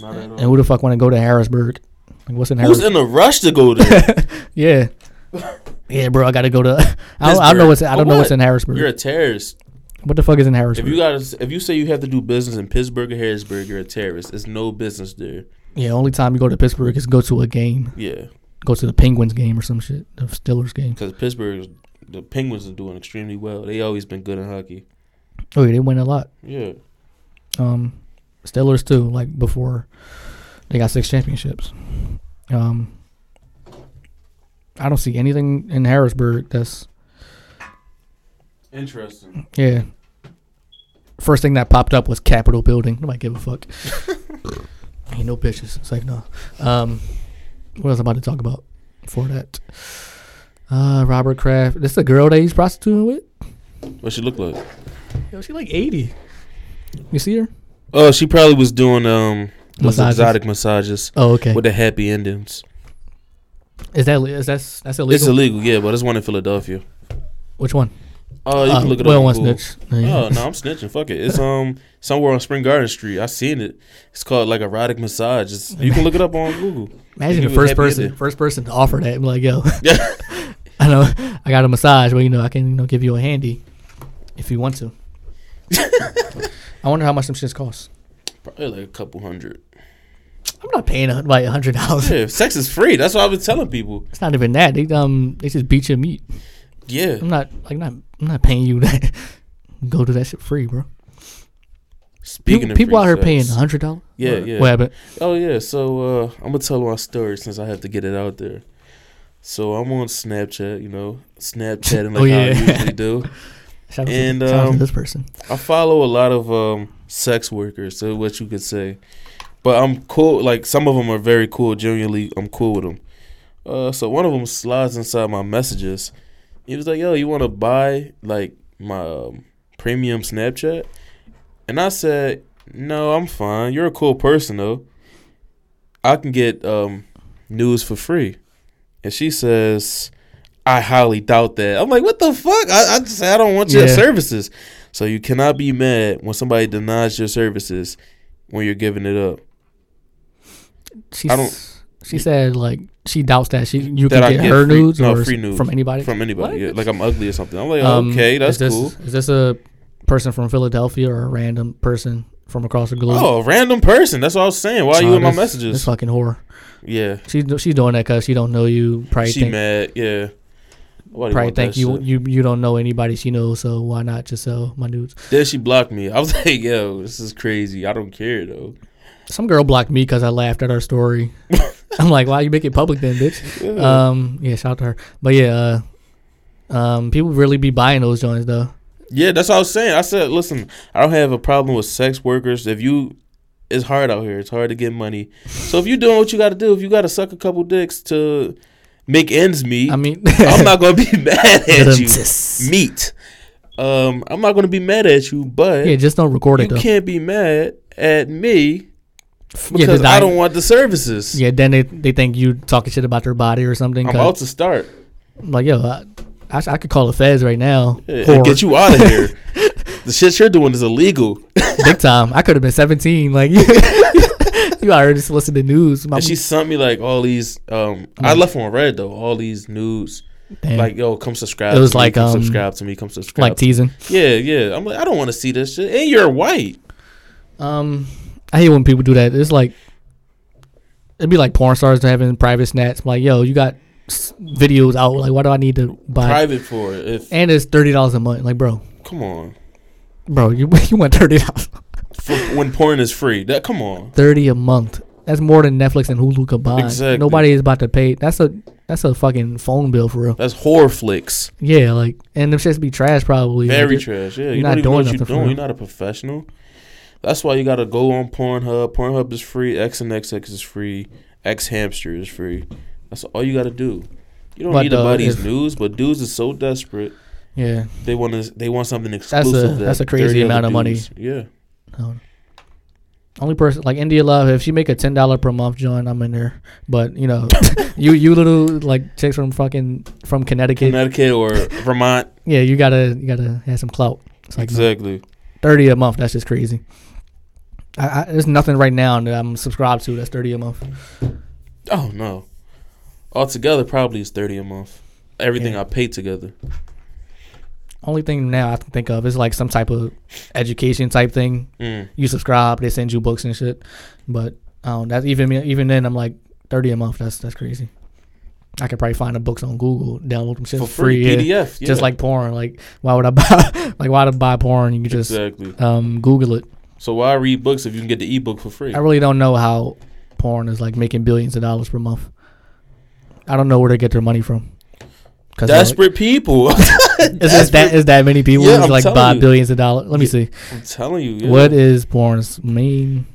Not at
And
all.
who the fuck want to go to Harrisburg? Like what's in
Who's
Harrisburg?
in a rush to go there?
yeah. Yeah, bro, I gotta go to. I don't, I don't know what's. I
Pittsburgh. Oh,
don't know what's
What?
in Harrisburg.
You're a terrorist.
what the fuck is in
If
Harrisburg?
you got, if you say you have to do business in Pittsburgh or Harrisburg, you're a terrorist. It's no business there.
yeah, only time you go to Pittsburgh is go to a game.
Yeah,
go to the Penguins game or some shit, the Steelers game.
because Pittsburgh, the Penguins are doing extremely well. They always been good in hockey.
Oh, yeah, they win a lot.
Yeah,
Um, Steelers too. Like before, they got six championships. Um, I don't see anything in Harrisburg that's
interesting.
yeah. First thing that popped up was Capitol Building. Nobody give a fuck. Ain't no bitches. It's like no. Um, what else am I about to talk about before that? Uh, Robert Kraft. This is a girl that he's prostituting with.
What she look like?
Yo, she like eighty. You see her?
Oh, she probably was doing um those
Massages.
exotic massages
Oh, okay.
with the happy endings.
Is that li- is that's that's illegal?
It's illegal, yeah, but it's one in Philadelphia.
Which one?
Oh, you
Uh,
can look it
we don't
up. on
want
Google.
snitch. Yeah.
Oh no, I'm snitching. Fuck it. It's um somewhere on Spring Garden Street. I seen it. It's called like erotic massage. It's, you can look it up on Google.
Imagine
You
the first
was happy in
person,
there.
first person to offer that. Be like, yo,
Yeah.
I know I got a massage. Well, you know, I can you know give you a handy if you want to. I wonder how much some shits cost.
Probably like a couple hundred.
I'm not paying a, like a hundred dollars.
Yeah, sex is free. That's what I was telling people.
It's not even that. They um they just beat your meat.
Yeah.
I'm not like not I'm not paying you that. Go do that shit free, bro.
Speaking
People-
of
people
free
out here
sex.
paying hundred dollars.
Yeah, yeah.
What happened?
Oh yeah, so uh, I'm gonna tell my story since I have to get it out there. So I'm on Snapchat, you know, Snapchatting like
Oh, yeah.
I usually do.
Shout out,
And,
to, shout out to
um,
this person.
I follow a lot of um, sex workers, so what you could say. But I'm cool. Like some of them are very cool. Genuinely, I'm cool with them. Uh, so one of them slides inside my messages. He was like, "Yo, you want to buy like my um, premium Snapchat?" And I said, "No, I'm fine. You're a cool person though. I can get um, news for free." And she says, "I highly doubt that." I'm like, "What the fuck? I, I just I don't want your
Yeah.
services." So you cannot be mad when somebody denies your services when you're giving it up.
She
I don't-
s- She said like she doubts that she you
That
can
I
get
get
her
free-
nudes
no,
or s-
free nudes.
from anybody.
From anybody,
What?
yeah, like I'm ugly or something. I'm like,
Um,
okay, that's
is this,
cool.
Is this a person from Philadelphia or a random person from across the globe?
Oh, a random person. That's what I was saying. Why are you
Oh,
in my
this- This
messages?
fucking whore.
Yeah,
She's she's doing that because she don't know you. Probably
she
think
mad. Yeah, Nobody
probably
want that
think you,
shit.
you you don't know anybody she knows. So why not just sell my nudes?
Then she blocked me. I was like, yo, this is crazy. I don't care though.
Some girl blocked me because I laughed at her story. I'm like, why you make it public then, bitch? Um, yeah, shout out to her. But yeah, uh, um, people really be buying those joints though.
Yeah, that's what I was saying. I said, listen, I don't have a problem with sex workers. If you, it's hard out here. It's hard to get money. So if you're doing what you got to do, if you got to suck a couple dicks to make ends meet,
I mean,
I'm not gonna be mad at you.
Zzz.
Meat. Um, I'm not gonna be mad at you, but
yeah, just don't record
you
it though.
can't be mad at me
Yeah,
because
the
I
di-
don't want the services.
yeah, then they, they think you talking shit about their body or something.
I'm
'cause-
about to start.
I'm like, yo, I, I, sh- I could call the feds right now.
Yeah,
Whore.
Get you out of here. the shit you're doing is illegal.
big time. I could have been 17. Like, you already solicited news. My,
And she sent me like all these. Um, I left on red though. All these news,
damn,
like yo, come subscribe.
It was
to me,
like,
come
um,
subscribe to me. Come subscribe.
like teasing.
yeah, yeah. I'm like, I don't want to see this shit. And you're white.
Um, I hate when people do that. It's like it'd be like porn stars having private snaps. like, yo, you got s- videos out. Like, why do I need to buy?
Private for it. If
and it's thirty dollars a month. Like, bro,
come on,
bro, you you want thirty dollars?
for, when porn is free, that come on.
Thirty a month. That's more than Netflix and Hulu combined.
Exactly.
Nobody is about to pay. That's a that's a fucking phone bill for real.
That's horror flicks.
Yeah, like, and them shits be trash probably. Like,
Very
it-
trash. Yeah,
you're
you
not
don't even know
doing
what you're
nothing for
doing.
real.
You're not a professional. That's why you gotta go on Pornhub. Pornhub is free. X and XX is free. X Hamster is free. That's all you gotta do. You don't
But,
need to
uh,
buy these
if-
news, but dudes is so desperate.
Yeah.
They want to. They want something
a-
exclusive. that
that's a crazy
30 other
amount of money.
dudes- Yeah,
Um, only person like India Love. If she make a ten dollar per month joint, I'm in there. But you know, you you little like chicks from fucking from Connecticut.
Connecticut or Vermont.
yeah, you gotta you gotta have some clout. It's like no,
Exactly.
thirty a month. That's just crazy. I, I, there's nothing right now that I'm subscribed to that's thirty a month.
Oh no. Altogether, probably is thirty a month. Everything
Yeah.
I pay together.
Only thing now I can think of is like some type of education type thing.
Mm.
You subscribe, they send you books and shit. But um, that's even even then I'm like thirty a month. That's that's crazy. I could probably find the books on Google, download them shit
For free,
yeah.
PDF. Yeah.
just like porn. Like why would I buy? Like why would I buy porn? You could just
exactly.
um, Google it.
So why read books if you can get the ebook for free?
I really don't know how porn is like making billions of dollars per month. I don't know where they get their money from. Cause they're,
Desperate people.
like, is, is that is that many people
Yeah,
who
I'm
like
telling
buy
you.
billions of dollars? Let me
Yeah,
see.
I'm telling you. Yeah.
What is porn's main?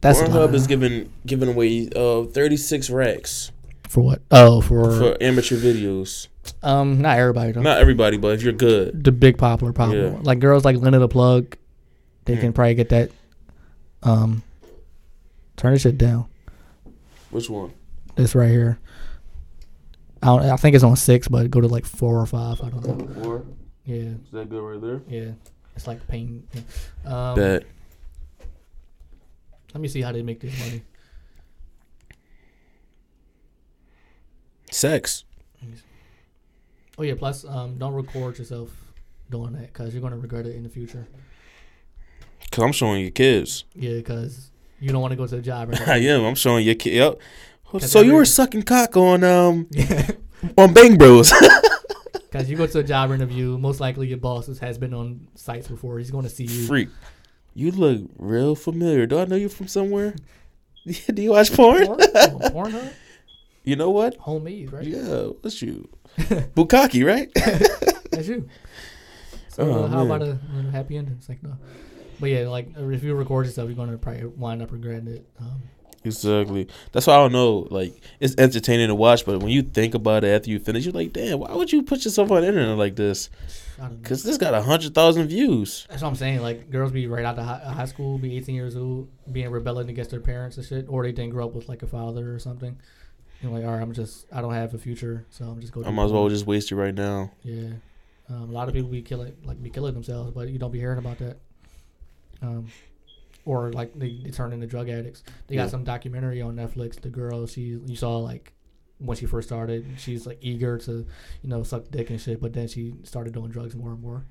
That's a lot
Pornhub is
of-
giving giving away uh, 36 racks
for what? Oh, for,
for amateur videos.
um, not everybody though.
Not everybody, but if you're good,
the big popular popular
Yeah.
one. like girls like Linda the Plug, they can probably get that. Um, turn this shit down.
which one?
this right here. I, don't, I think it's on six, but go to like four or five. I don't know.
Four.
Yeah,
Is that good right there?
yeah. It's like pain. Um,
Bet.
Let me see how they make this money.
Sex.
Oh yeah. Plus, um, don't record yourself doing that because you're gonna regret it in the future.
Cause I'm showing your kids.
Yeah, because you don't want to go to the job. Right
I am. I'm showing your kid. Yep.
Cause
So you
every-
were sucking cock on um
Yeah.
on Bang Bros.
Because you go to a job interview, most likely your boss is- has been on sites before. He's going to see you.
Freak. You look real familiar. Do I know you from somewhere? Do you watch porn?
Porn- Pornhub?
You know what?
Homies, right?
Yeah, what's you? Bukaki, right?
That's you. So
Oh,
uh, how
man.
about a, a happy ending? It's like, no. But yeah, like uh, if you record yourself, you're going to probably wind up regretting it. Um,
Exactly. That's why I don't know. Like, it's entertaining to watch, but when you think about it after you finish, you're like, damn, why would you put yourself on the internet like this?
I don't know.
Because this got a 100,000 views.
That's what I'm saying. Like girls be right out of high, high school, be 18 years old, being rebelling against their parents and shit, or they didn't grow up with like a father or something. You're like, all right, I'm just, I don't have a future, so I'm just going.
I might as well just waste it right now.
Yeah, um, a lot of people be killing like be killing themselves, but you don't be hearing about that. Um, or like they, they turn into drug addicts. They
Yeah.
got some documentary on Netflix. The girl she you saw like when she first started, she's like eager to you know suck dick and shit, but then she started doing drugs more and more.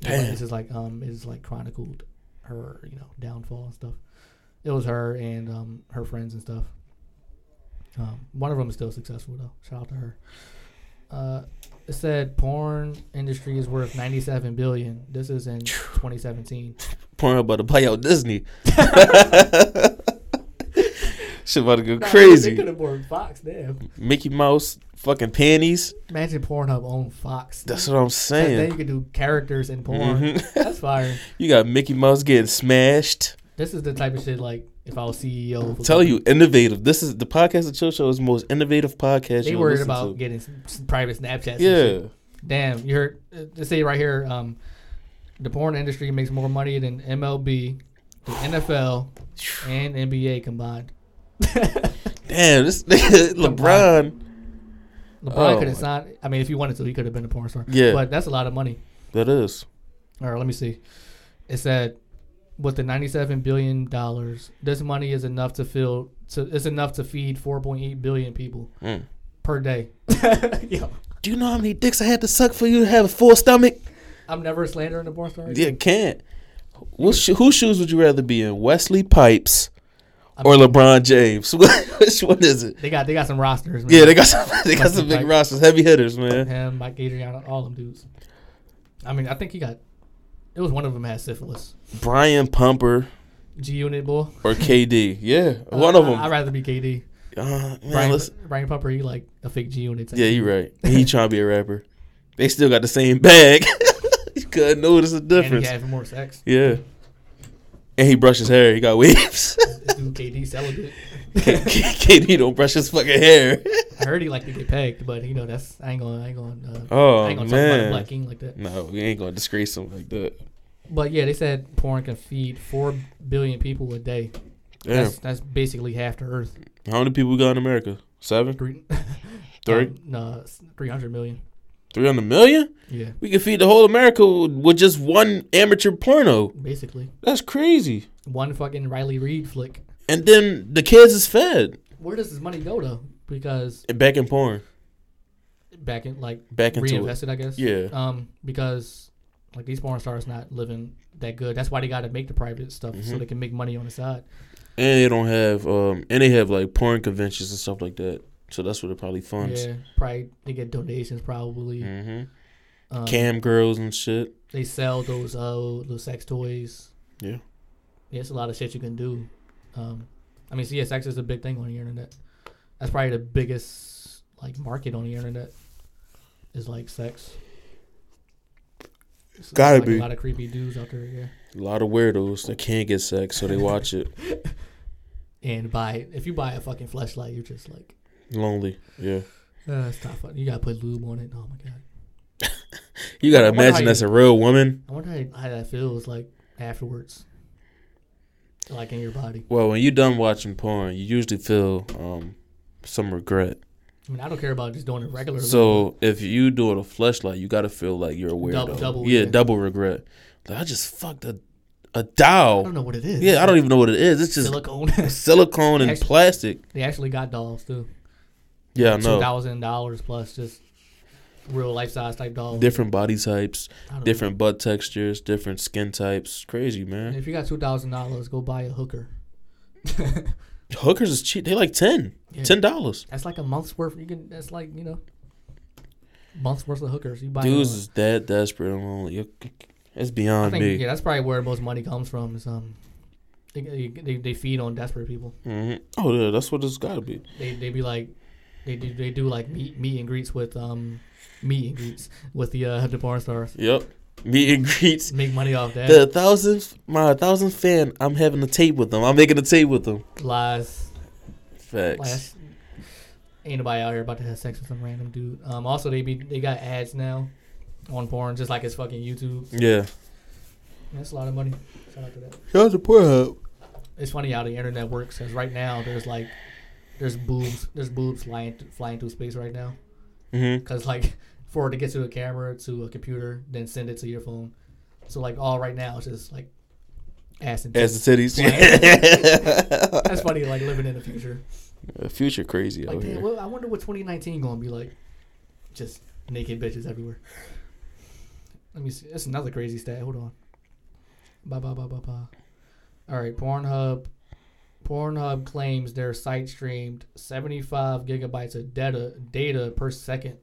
But
Damn.
This is like um it's like chronicled her you know downfall and stuff. It was her and um her friends and stuff. Um, one of them is still successful though. Shout out to her. Uh, it said porn industry is worth 97 billion. This is in 2017.
Porn about to buy out Disney. Shit about to go crazy.
bought Fox. Damn.
Mickey Mouse, fucking panties.
Imagine Pornhub owned Fox.
That's what I'm
then you
saying.
could do characters in porn.
Mhm.
That's fire.
You got Mickey Mouse getting smashed.
This is the type of shit like if I was E CEO.
Tell you, innovative. This is the podcast of Chill Show is the most innovative podcast.
They
you'll
worried
listen
about
to.
getting s- private Snapchats. and shit.
yeah.
Damn, you heard they say right here, um, the porn industry makes more money than MLB, the NFL, and NBA combined.
Damn, this nigga LeBron.
LeBron
Oh
could have
my-
signed. I mean, if he wanted to, he could have been a porn star.
Yeah.
but that's a lot of money.
That is.
All right, let me see. It said, with the ninety-seven billion dollars, this money is enough to fill. To, it's enough to feed four point eight billion people
Mm.
per day. Yo,
Do you know how many dicks I had to suck for you to have a full stomach?
I'm never slandering the porn star.
Yeah, can't. What sho- whose shoes would you rather be in? Wesley Pipes
I'm-
or LeBron James? Which one is it?
They got they got some rosters. Man.
Yeah, they got some. They got
Wesley
some big
Pipes.
rosters, heavy hitters, man.
him, Mike Adriano, all them dudes. I mean, I think he got. It was one of them had syphilis.
Brian Pumper
G Unit boy.
or KD? Yeah, one of
Uh,
them.
I'd rather be KD.
Uh, man,
Brian,
let's-
Brian Pumper, he like a fake G Unit. type.
yeah, you right. He trying to be a rapper. They still got the same bag. you couldn't notice the
And
difference.
he had more sex.
Yeah. And he brushed his hair. He got waves.
This dude KD celibate.
K- K- KD don't brush his fucking hair.
I heard he like to get pegged, but you know that's I ain't gonna I ain't gonna uh,
Oh
I ain't gonna talk about a
man.
black king like that.
no, we ain't gonna disgrace him like that.
But yeah, they said porn can feed four billion people a day.
Damn.
That's that's basically half the earth.
How many people we got in America? Seven?
Three,
Three?
um, no, three hundred million.
Three hundred million?
Yeah,
We can feed the whole America with just one amateur porno.
basically
That's crazy.
one fucking Riley Reed flick.
And then the kids is fed.
Where does this money go though? Because
And back in porn.
back in like
Back into it.
reinvested, I guess.
Yeah.
Um, because like these porn stars not living that good. That's why they got to make the private stuff
Mm-hmm.
so they can make money on the side.
And they don't have um and they have like porn conventions and stuff like that. So that's what it probably funds.
Yeah, probably they get donations probably.
hmm
Um,
Cam girls and shit.
they sell those uh those sex toys.
Yeah.
Yeah, it's a lot of shit you can do. Um, I mean, CSX is a big thing on the internet. That's probably the biggest like market on the internet is like sex. It's- it's
Gotta
like
be.
a lot of creepy dudes out there, yeah.
A lot of weirdos that can't get sex, so they watch it.
And buy if you buy a fucking flashlight, you're just like,
Lonely. Yeah.
uh, it's not fun. You gotta put lube on it. Oh my god,
You gotta
I wonder how
imagine
you-
that's a real woman.
I wonder how, how that feels like afterwards, like in your body.
Well, when you're done watching porn, you usually feel um, some regret.
I mean, I don't care about just doing it regularly.
So if you do it a flashlight, you gotta feel like you're a weirdo.
Double- double,
yeah,
yeah.
double regret. Like I just fucked a a
I don't
doll.
know what it is.
Yeah, I don't even know what it is. It's just
Silicone.
silicone and
Actually-
plastic.
they actually got dolls too.
Yeah, I
Two
know.
thousand dollars plus just real life size type dolls.
Different body types,
I don't know.
different butt textures, different skin types. Crazy man.
If you got two thousand dollars, go buy a hooker.
Hookers is cheap. They like ten.
Yeah.
Ten dollars.
That's like a month's worth. You can. That's like you know, months worth of hookers. You buy.
Dudes
one.
is that desperate and lonely. It's
I
beyond
think
me.
yeah, that's probably where most money comes from. Is um, they, they, they feed on desperate people.
Mhm. Oh yeah, that's what it's gotta be.
They they be like, they do they do like meet meet and greets with um, meet and greets with the uh, the porn stars.
Yep. Meet and greets.
Make money off that
The thousandth, my thousandth fan, I'm having a tape with them. I'm making a tape with them.
lies. Like,
Facts.
that's- ain't nobody out here about to have sex with some random dude. Um, also they be they got ads now on porn, just like it's fucking YouTube.
Yeah.
That's a lot of money. Shout out to that.
Shout out to Pornhub.
It's funny how the internet works. Cause right now there's like there's boobs there's boobs flying flying through space right now.
Mm-hmm.
Cause like for it to get to a camera to a computer, then send it to your phone. So like all right now it's just like ass and tits.
As the titties.
That's funny. Like living in the future.
Future crazy
Like
out
damn,
here.
well, I wonder what 2019 gonna be like. Just naked bitches everywhere. Let me see. That's another crazy stat. Hold on. Ba ba ba ba ba. All right, Pornhub. Pornhub claims their site streamed 75 gigabytes of data data per second.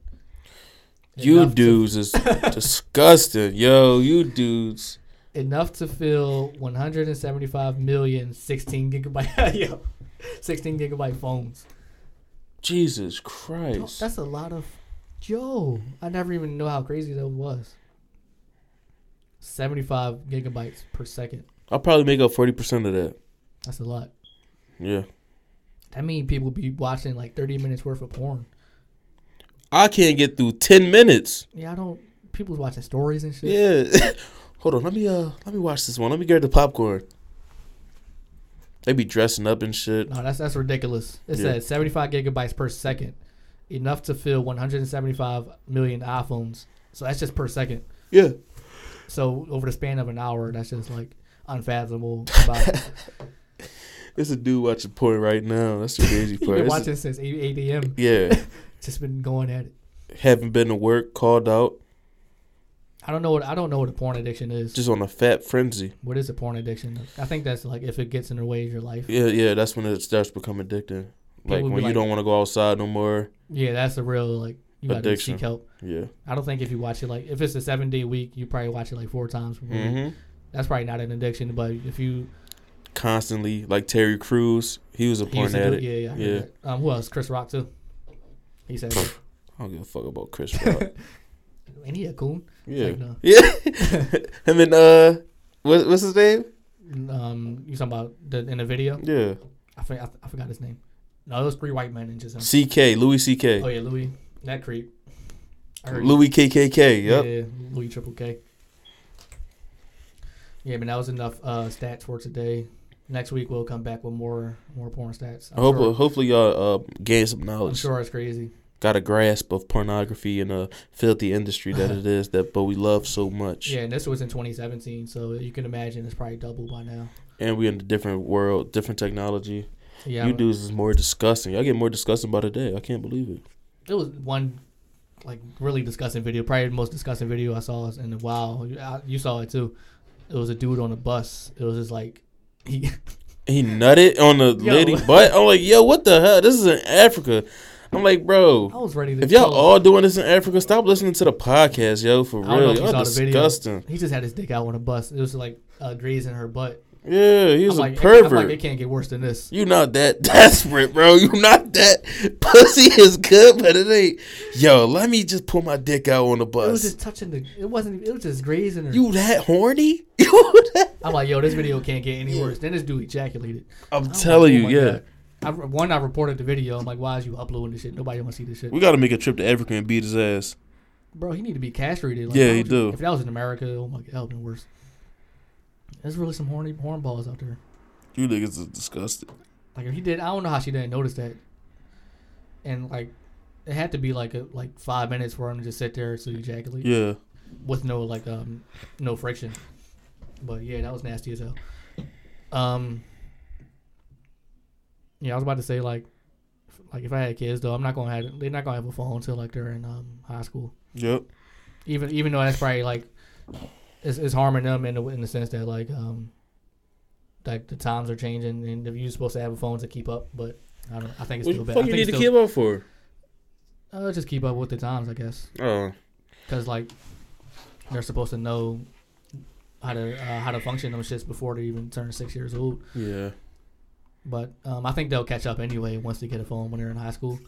You
Enough to-
dudes is disgusting. Yo, you dudes.
enough to fill 175 million 16 gigabyte yo, 16 gigabyte phones.
Jesus
Yo,
Christ.
That's a lot of. Yo, I never even know how crazy that was. 75 gigabytes per second.
I'll probably make up 40% of that.
That's a lot.
Yeah.
That means people be watching like 30 minutes worth of porn.
I can't get through 10 minutes.
Yeah, I don't. People's watching stories and shit.
Yeah. Hold on, let me uh let me watch this one. Let me get the popcorn. They be dressing up and shit.
No, that's that's ridiculous. It
Yeah.
said 75 gigabytes per second, enough to fill 175 million iPhones. So that's just per second.
Yeah.
So over the span of an hour, that's just like unfathomable. About
It's a dude watching porn right now. That's the crazy
He's
part.
been
It's-
watching since 8, 8 a.m.
yeah,
Just been going at it.
haven't been to work, called out,
I don't know what I don't know what a porn addiction is.
just on a fat frenzy.
what is a porn addiction? I think that's like if it gets in the way of your life. Yeah,
Yeah, yeah, that's when it starts to become addicting. Like
People be
when you
like-
don't want to go outside no more.
that's a real like you gotta
Addiction.
seek help.
Yeah.
I don't think if you watch it like if it's a seven day week, you probably watch it like four times. per week.
Mm-hmm.
That's probably not an addiction, but if you
Constantly, like Terry Crews, he was a
he used
porn
to do,
addict.
yeah, yeah, I heard
Yeah.
that. Um, who else? Chris Rock too. He said,
I don't give a fuck about Chris Rock.
"Ain't he a coon?"
yeah.
Like, no.
Yeah. Him and uh, what, what's his name?
Um, you talking about the in the video?
Yeah.
I, for, I, I forgot his name. No, it was three white men and just him.
C.K. Louis C.K.
Oh yeah, Louis, that creep. I heard-
Louis KKK. Yep.
Yeah, Louis Triple K. Yeah, but that was enough uh, stats for today. Next week we'll come back with more more porn stats. I'm
I hope
sure,
hopefully y'all uh, gain some knowledge.
I'm sure it's crazy.
got a grasp of pornography and a filthy industry that it is that but we love so much
Yeah, and this was in 2017, so you can imagine it's probably double by now.
and we in a different world different technology
Yeah,
you dudes is more disgusting y'all get more disgusting by the day i can't believe it
It was one like really disgusting video. Probably the most disgusting video I saw is in a while. You, I, you saw it too. It was a dude on a bus. It was just like he.
he nutted on the
Yo.
lady butt i'm like yo what the hell this is in africa i'm like
I
bro
was ready to.
if y'all
kill him.
all doing this in africa stop listening to the podcast yo for
I don't know
real
if you saw
y'all
the video.
disgusting
He just had his dick out on a bus. It was like uh, grazing her butt.
yeah he
I'm
was a
like, I'm
pervert
like, it can't get worse than this.
You not that desperate, bro. You not that pussy is good, but it ain't. Yo, let me just pull my dick out on the
It was
bus.
just touching the. It wasn't. It was just grazing her.
you that horny? You that-
I'm like, yo, this video can't get any worse. Then this dude ejaculated.
I'm
I'm
telling
like,
you,
oh my
yeah.
God. I, re- one, I reported the video. I'm like, why is you uploading this shit? Nobody want to see this shit.
We gotta make a trip to Africa and beat his ass.
Bro, he need to be castrated. Like,
Yeah,
why
he
would you-
do.
If that was in America, oh my god, that would been worse. There's really some horny hornballs out there.
You niggas is disgusted.
Like if he did, I don't know how she didn't notice that. And like, It had to be like a, like five minutes for him to just sit there so ejaculate
Yeah.
with no like um no friction. But yeah, that was nasty as hell. Um. Yeah, I was about to say like, f- like if I had kids though, I'm not gonna have they're not gonna have a phone until like they're in um high school.
Yep.
Even even though that's probably like, it's, it's harming them in the in the sense that like um, like the times are changing and if you're supposed to have a phone to keep up, but I don't. I think it's
What
still
the
bad.
fuck
I
you
think
need
it's
to
still-
keep up for?
uh, just keep up with the times, I guess.
Oh.
Cause like they're supposed to know how to uh, how to function them shits before they even turn six years old.
Yeah.
But um, I think they'll catch up anyway once they get a phone when they're in high school.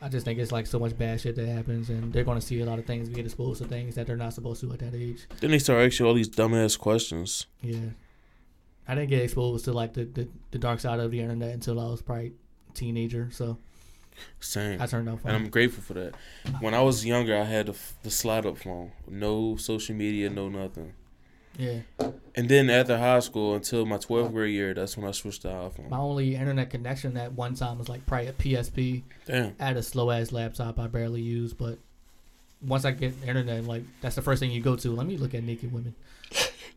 I just think it's like so much bad shit that happens, and they're going to see a lot of things, get exposed to things that they're not supposed to at that age.
Then they start asking all these dumbass questions.
Yeah, I didn't get exposed to like the, the, the dark side of the internet until I was probably teenager, so
Same.
I turned off.
And I'm grateful for that. When I was younger, I had the, f- the slide up phone. No social media, no nothing.
Yeah,
And then after high school, until my 12th grade year, that's when I switched to iPhone.
my only internet connection at one time was like probably a PSP.
Damn.
I had a slow ass laptop I barely use, but once I get the internet, like that's the first thing you go to. Let me look at naked women.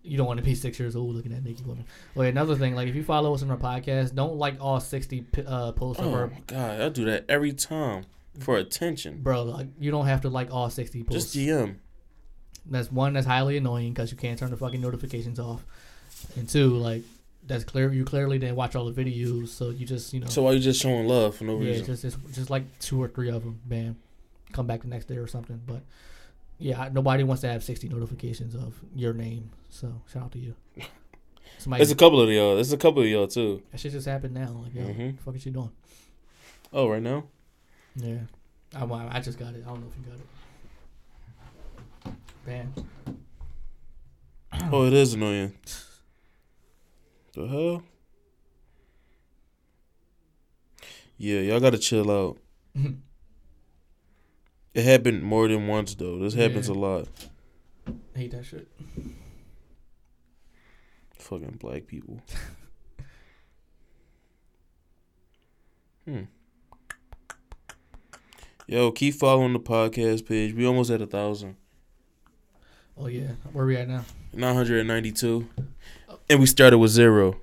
You don't want to be six years old looking at naked women. Wait, another thing, like if you follow us on our podcast, don't like all sixty pi- uh, posts of
Oh
our
my god, I do that every time for attention.
bro. Like you don't have to like all sixty posts.
Just DM.
that's one that's highly annoying because you can't turn the fucking notifications off, and two, like that's clear. You clearly didn't watch all the videos, so you just you know.
So why you just showing love for no
Yeah,
reason?
just, just just like two or three of them, bam, come back the next day or something. But yeah, I- nobody wants to have sixty notifications of your name. So shout out to you. Somebody,
There's a couple of y'all. There's a couple of y'all too.
that shit just happened now. Like, yo,
Mhm.
what the fuck is you doing?
Oh, right now.
Yeah, I, I I just got it. I don't know if you got it. Bam.
Oh, it is annoying. The hell? Yeah, y'all gotta chill out. it happened more than once though. This happens
Yeah.
a lot.
Hate that shit.
Fucking black people. hmm. Yo, keep following the podcast page. We almost at a thousand.
Oh yeah, where we at now?
Nine hundred and ninety-two. And we started with zero.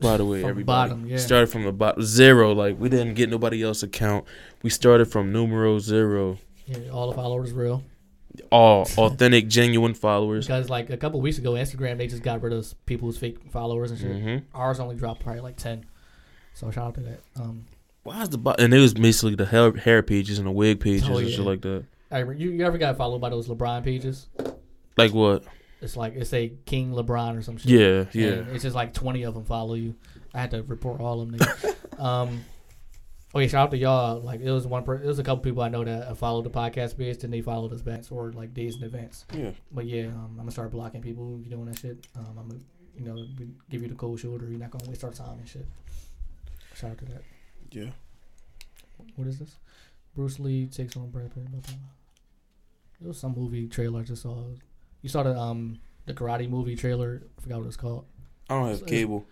By the way,
Oh. From the
everybody
bottom, yeah.
started from the bottom zero. Like we didn't get nobody else account. We started from numero zero.
Yeah, all the followers real.
All authentic, genuine followers.
Because like a couple weeks ago, Instagram they just got rid of people's fake followers and shit.
hmm
Ours only dropped probably like ten. So shout out to that. Um,
Why is the bo- and it was basically the hair, hair pages and the wig pages
Oh,
and
yeah.
shit like that.
I, re- you, you ever got followed by those LeBron pages?
Like what?
It's like it's a King LeBron or some shit.
Yeah, yeah.
And it's just like twenty of them follow you. I had to report all of them. nigga. um, oh yeah, shout out to y'all. Like it was one, per- it was a couple people I know that uh, followed the podcast page, and they followed us back or like days in advance.
Yeah.
But yeah, um, I'm gonna start blocking people who be doing that shit. Um, I'm gonna, you know, we give you the cold shoulder. You're not gonna waste our time and shit. Shout out to that.
Yeah.
What is this? Bruce Lee takes on Brad Pitt. Blah, blah, blah. It was some movie trailer I just saw. You saw the um the karate movie trailer. I forgot what it's called.
I don't have
So- uh-huh.
cable.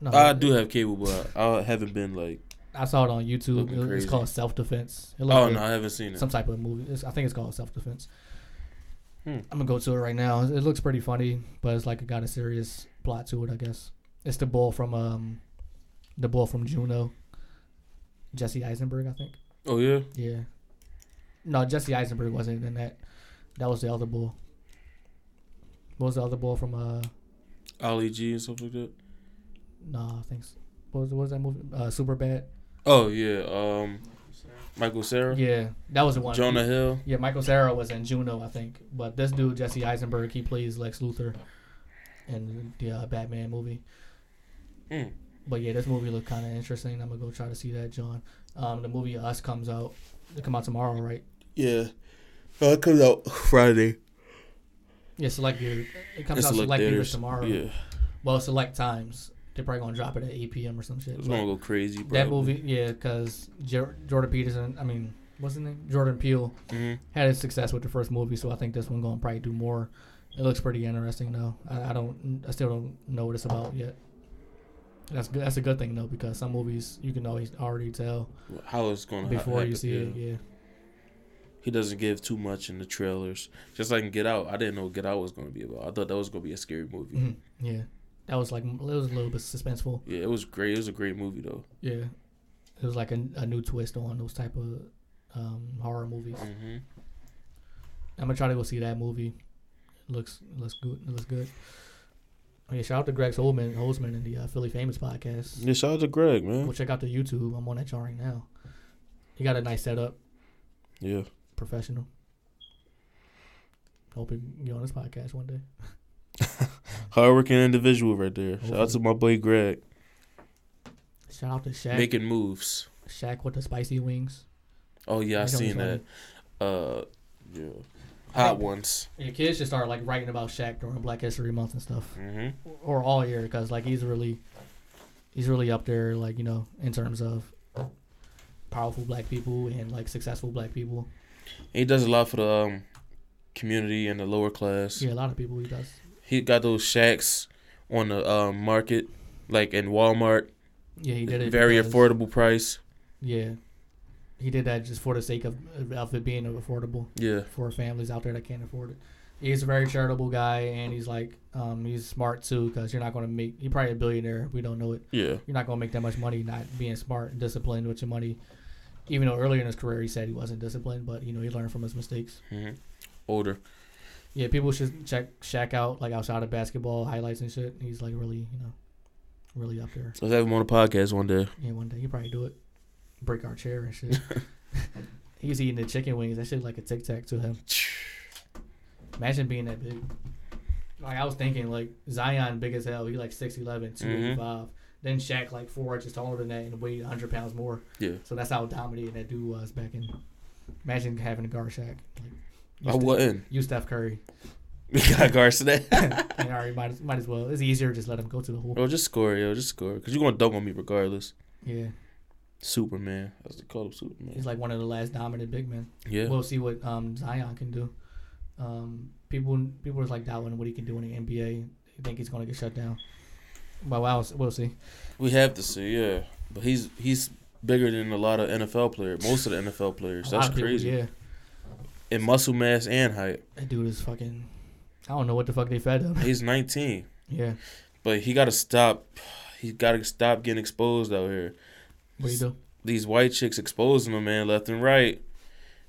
No,
I do have cable, but I haven't been like.
I saw it on YouTube.
Looking
It- it's
crazy.
called Self Defense. It
Oh
looked
no,
like
I haven't seen it.
some type of movie. It's, I think it's called Self Defense.
Hmm.
I'm gonna go to it right now. It looks pretty funny, but it's like it got a serious plot to it. I guess it's the bull from um the bull from Juno. Jesse Eisenberg, I think.
Oh yeah,
Yeah. No, Jesse Eisenberg wasn't in that. That was the other bull. What was the other bull from uh
Ali G and stuff like that.
nah thanks. What was, what was that movie? Uh Super Bad.
Oh yeah, um, Michael Sarah,
Yeah. That was the one.
Jonah Hill.
Yeah, Michael Sarah was in Juno, I think. But this dude, Jesse Eisenberg, he plays Lex Luthor in the uh, Batman movie.
Mm.
But yeah, this movie looked kinda interesting. I'm gonna go try to see that, John. Um the movie Us comes out it come out tomorrow, right?
Yeah, uh, it comes out Friday.
Yeah, select your it comes
It's
out
select
select theaters
theaters.
tomorrow.
Yeah,
well, select times. They're probably gonna drop it at 8 p.m. or some shit.
it's
but
gonna go crazy. Bro.
that movie, yeah, because Jordan Peterson, I mean, what's his name? Jordan Peele
hmm
had his success with the first movie, so I think this one gonna probably do more. It looks pretty interesting though. I, I don't, I still don't know what it's about yet. That's good. That's a good thing though, because some movies you can always already tell
How it's going to
before you see it. Uh, Yeah.
He doesn't give too much in the trailers. Just like in Get Out, I didn't know Get Out was going to be about. I thought that was going to be a scary movie.
Mhm. Yeah. That was like it was a little bit suspenseful.
Yeah, it was great. It was a great movie though.
Yeah. It was like a, a new twist on those type of um, horror movies.
hmm
I'm gonna try to go see that movie. Looks looks good. Looks good. Oh, Yeah, shout out to Greg Holman, Holzman and the uh, Philly Famous podcast.
Yeah, shout out to Greg,
Go
man.
check out the YouTube. I'm on that chart right now. He got a nice setup,
Yeah,
professional. Hope he can get on this podcast one day.
hardworking individual right there. Shout out to my boy Greg,
Shout out to Shaq.
making moves.
Shaq with the spicy wings.
Oh yeah, I
That
seen
was
that. Uh, yeah, hot ones.
And kids should start like writing about Shaq during Black History Month and stuff,
hmm
or all year, because like he's really, he's really up there, like you know, in terms of powerful black people and like successful black people.
He does a lot for the um, community and the lower class.
Yeah, a lot of people he does.
He got those shacks on the um, market, like in Walmart,
Yeah, he did it.
very
because-
affordable price.
Yeah, he did that just for the sake of of it being affordable
Yeah,
for families out there that can't afford it. He's a very charitable guy, and he's like, um, he's smart too, because you're not gonna make. You're probably a billionaire. We don't know it.
yeah,
You're not gonna make that much money not being smart and disciplined with your money. Even though earlier in his career he said he wasn't disciplined, but you know he learned from his mistakes.
hmm older.
Yeah, people should check Shaq out like outside of basketball highlights and shit. He's like really, you know, really up there.
Let's have him on a podcast one day.
Yeah, one day he probably do it. Break our chair and shit. he was eating the chicken wings. That shit like a tic tac to him. Imagine being that big. Like I was thinking, like Zion big as hell. He like 6'11", 285. Then Shaq like four inches taller than that and weighed hundred pounds more.
Yeah.
So that's how dominating that dude was back in. Imagine having a guard Shaq. Like, you
I
Steph-
wouldn't.
You Steph Curry.
We got guards to that.
And I might as- might as well. It's easier to just let him go to the hole.
Bro, just score, yo, just score. Cause you're gonna dunk on me regardless.
Yeah.
Superman, I was call him Superman.
He's like one of the last dominant big men.
Yeah,
we'll see what um, Zion can do. Um, people people are like doubting what he can do in the NBA. They think he's going to get shut down. But we'll, we'll see.
We have to see, yeah. But he's he's bigger than a lot of NFL players. Most of the NFL players.
A lot
That's
of people,
crazy.
yeah,
And muscle mass and height.
that dude is fucking. I don't know what the fuck they fed him.
He's 19,
yeah,
but he got to stop. He got to stop getting exposed out here.
what do you do?
These white chicks exposing him, man, left and right.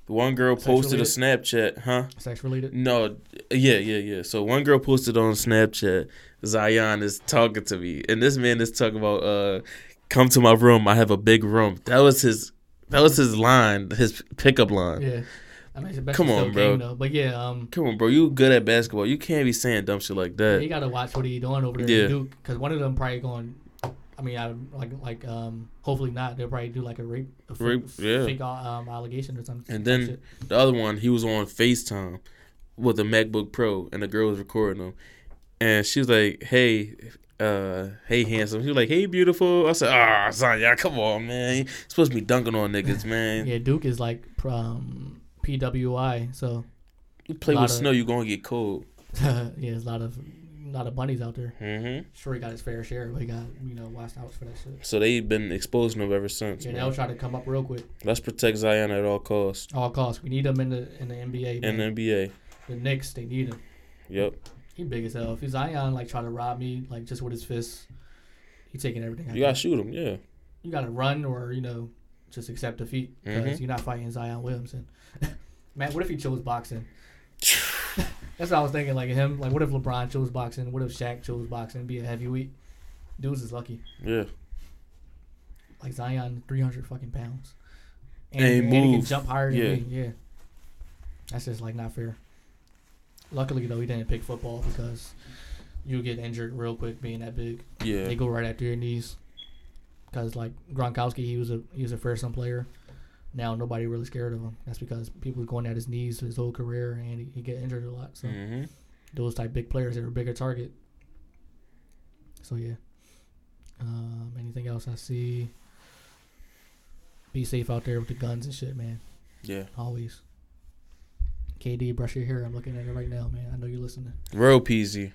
The one girl posted a Snapchat, huh?
Sex related?
No, yeah, yeah, yeah. So one girl posted on Snapchat, Zion is talking to me, and this man is talking about, uh, "Come to my room, I have a big room." That was his, that was his line, his pickup line.
Yeah. I mean, it's
Come
still
on, bro.
Game, though. But yeah, um,
Come on, bro, you good at basketball? You can't be saying dumb shit like
you
that.
gotta watch what he doing over there
Yeah.
in Duke because one of them probably going. I mean, I would- like like um, hopefully not. They'll probably do like a rape, a fake-
Rape, yeah.
fake um, allegation or something.
And then the other one, he was on Facetime with a MacBook Pro, and the girl was recording him, and she was like, "Hey." Uh, hey handsome. He was like, hey beautiful. I said, ah, Zion, come on, man. you supposed to be dunking on niggas, man.
Yeah, Duke is like um, PWI, so
You play
Lot
with
of-
snow, you're gonna get cold.
yeah, there's a lot of lot of bunnies out there.
Mm-hmm.
Sure, he got his fair share, but he got you know watched out for that shit.
So they've been exposing him ever since.
Yeah,
man.
they'll try to come up real quick,
Let's protect Zion at all costs.
all costs. We need him in the in the NBA.
In
man.
the NBA.
the Knicks, they need him.
Yep.
He big as hell. If he's Zion, like try to rob me, like just with his fists, he taking everything. I
You gotta shoot him, yeah.
you gotta run or you know just accept defeat because
Mhm.
you're not fighting Zion Williamson. Man, what if he chose boxing? That's what I was thinking. Like him, like what if LeBron chose boxing? What if Shaq chose boxing? Be a heavyweight. Dudes is lucky.
Yeah.
Like Zion, three hundred fucking pounds. And,
And he
and he can
moves.
jump higher than
Yeah.
me. Yeah. That's just like not fair. Luckily though, he didn't pick football because you get injured real quick being that big. They
Yeah.
go right after your knees. Because like Gronkowski, he was a he was a fearsome player. Now nobody really scared of him. That's because people were going at his knees his whole career, and he, he get injured a lot. So
Mm-hmm.
those type big players that are a bigger target. So yeah. Um, anything else I see? Be safe out there with the guns and shit, man.
Yeah.
Always. KD, brush your hair. I'm looking at it right now, man. I know you're listening.
Real peasy.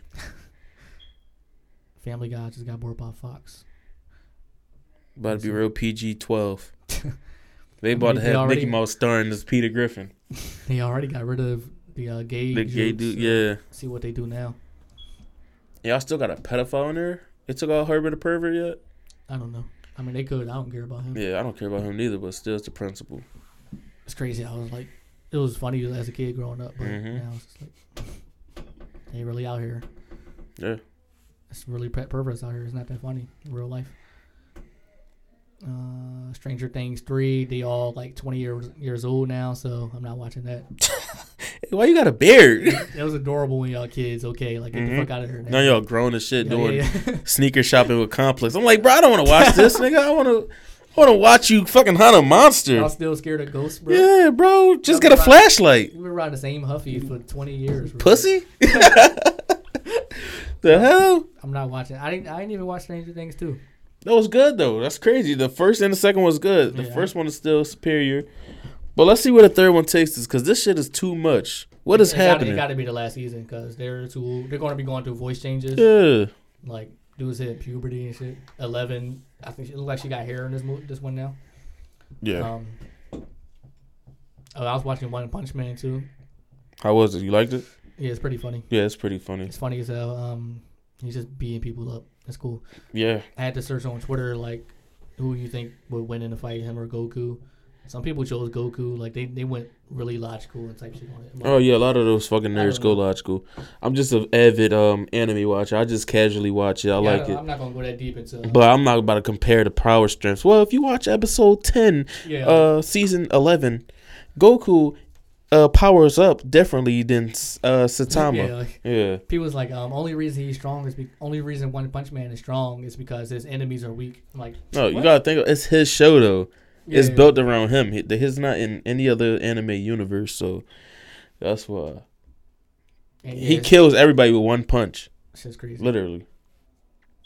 Family Guy just got bought by Fox.
About to be real PG twelve. They about to
they
have
already-
Mickey Mouse starring as Peter Griffin,
They already got rid of the uh, gay.
the gay
jokes.
dude. Yeah,
See what they do now.
y'all still got a pedophile in there. It took out Herbert the pervert yet?
I don't know. I mean, they could. I don't care about him.
Yeah, I don't care about him neither, but still, it's the principle.
It's crazy. I was like, it was funny as a kid growing up, but
Mhm.
now it's just like they really out here.
Yeah.
It's really pet purpose out here. It's not that funny in real life. Uh, Stranger Things three. They all like twenty years years old now, so I'm not watching that.
Hey, why you got a beard?
That was adorable when y'all kids. Okay, like get the
Mhm.
fuck out of here.
now y'all grown as shit
Yeah,
doing
yeah, yeah.
sneaker shopping with complex. I'm like, bro, I don't want to watch this, nigga. I want to, I want to watch you fucking hunt a monster.
y'all still scared of ghosts, bro.
Yeah, bro, just
Tell
get a
me about-
flashlight,
We've been riding the same Huffy for twenty years. Bro.
pussy. the hell?
I'm not watching. I didn't. I didn't even watch Stranger Things too.
That was good though. That's crazy. The first and the second was good. The
Yeah.
first one is still superior. But let's see where the third one takes us, because this shit is too much. What is
It gotta-
happening?
It got to be the last season because they're too. They're going to be going through voice changes.
yeah.
Like dudes hit puberty and shit. Eleven. I think she it looked like she got hair in this mo- this one now.
Yeah.
Um. Oh, I was watching One Punch Man too.
How was it? You liked it?
Yeah, it's pretty funny.
Yeah, it's pretty funny.
It's funny as hell. Um, he's just beating people up. That's cool.
Yeah.
I had to search on Twitter like who you think would win in a fight, him or Goku. Some people chose Goku. Like they, they went really logical and type shit on it. I'm like,
Oh yeah, a lot of those fucking
I
nerds
don't
go
know.
logical. I'm just an avid um anime watcher. I just casually watch it. I
yeah,
like
don't-
it.
I'm not gonna go that deep into.
But I'm not about to compare the power strengths. Well, if you watch episode ten,
yeah,
uh, season eleven, Goku, uh, powers up differently than
yeah.
uh Satama.
Like,
Yeah.
people's like, um, only reason he's strong is be- only reason One Punch Man is strong is because his enemies are weak. I'm like,
No, you
what?
gotta think. It's his show though. it's
Yeah.
built around him. He, he's not in any other anime universe, so that's why
And yeah,
he
it's-
kills everybody with one punch,
It's just crazy.
literally.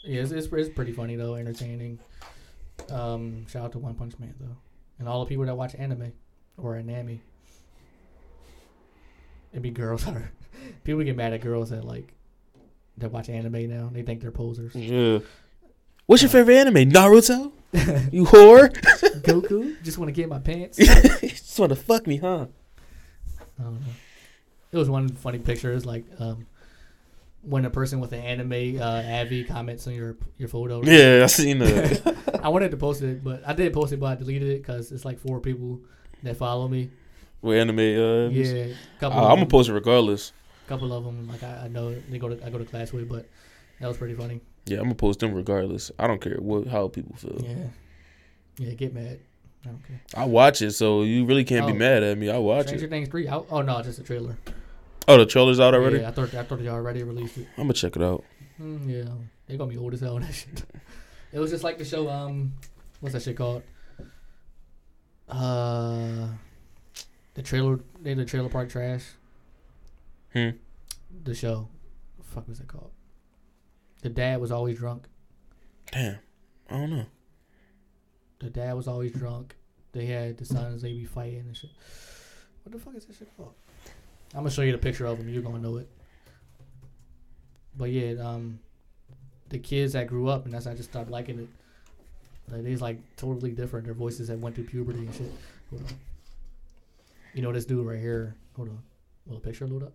Yeah, it's, it's, it's pretty funny though, entertaining. Um, shout out to One Punch Man though, and all the people that watch anime or anime. It'd be girls that are people get mad at girls that like that watch anime now. They think they're posers.
Yeah. What's your favorite anime? Naruto. You whore.
Goku just want to get my pants.
You just want to fuck me, huh?
I don't know. It was one funny picture. It's like um, when a person with an anime uh, avi comments on your your photo.
Yeah, I seen that.
I wanted to post it, but I did post it, but I deleted it because it's like four people that follow me.
with anime. Uh,
Yeah, couple.
Uh,
of
I'm gonna
them,
post it regardless.
couple of them. Like I, I know they go to I go to class with, but that was pretty funny.
Yeah, I'm gonna post them regardless. I don't care what how people feel.
Yeah, yeah. Get mad. I don't care.
I watch it, so you really can't
Oh.
be mad at me. I watch
Stranger
it.
Things three. out oh no, just a trailer.
Oh, the trailer's out already.
Yeah, I thought I thought they already released it.
I'm gonna check it out.
Mm, yeah, they're gonna be old as hell. on That shit. It was just like the show. Um, what's that shit called? Uh, the trailer. They the trailer park trash.
Hmm.
The show. Fuck was it called? The dad was always drunk.
Damn. I don't know.
The dad was always drunk. They had the sons, they be fighting and shit. What the fuck is this shit called? I'm gonna show you the picture of them. You're gonna know it. But yeah, um, the kids that grew up, and that's I just started liking it. Like they's like totally different. Their voices that went through puberty and shit. Hold on. You know this dude right here. Hold on. Little picture load up.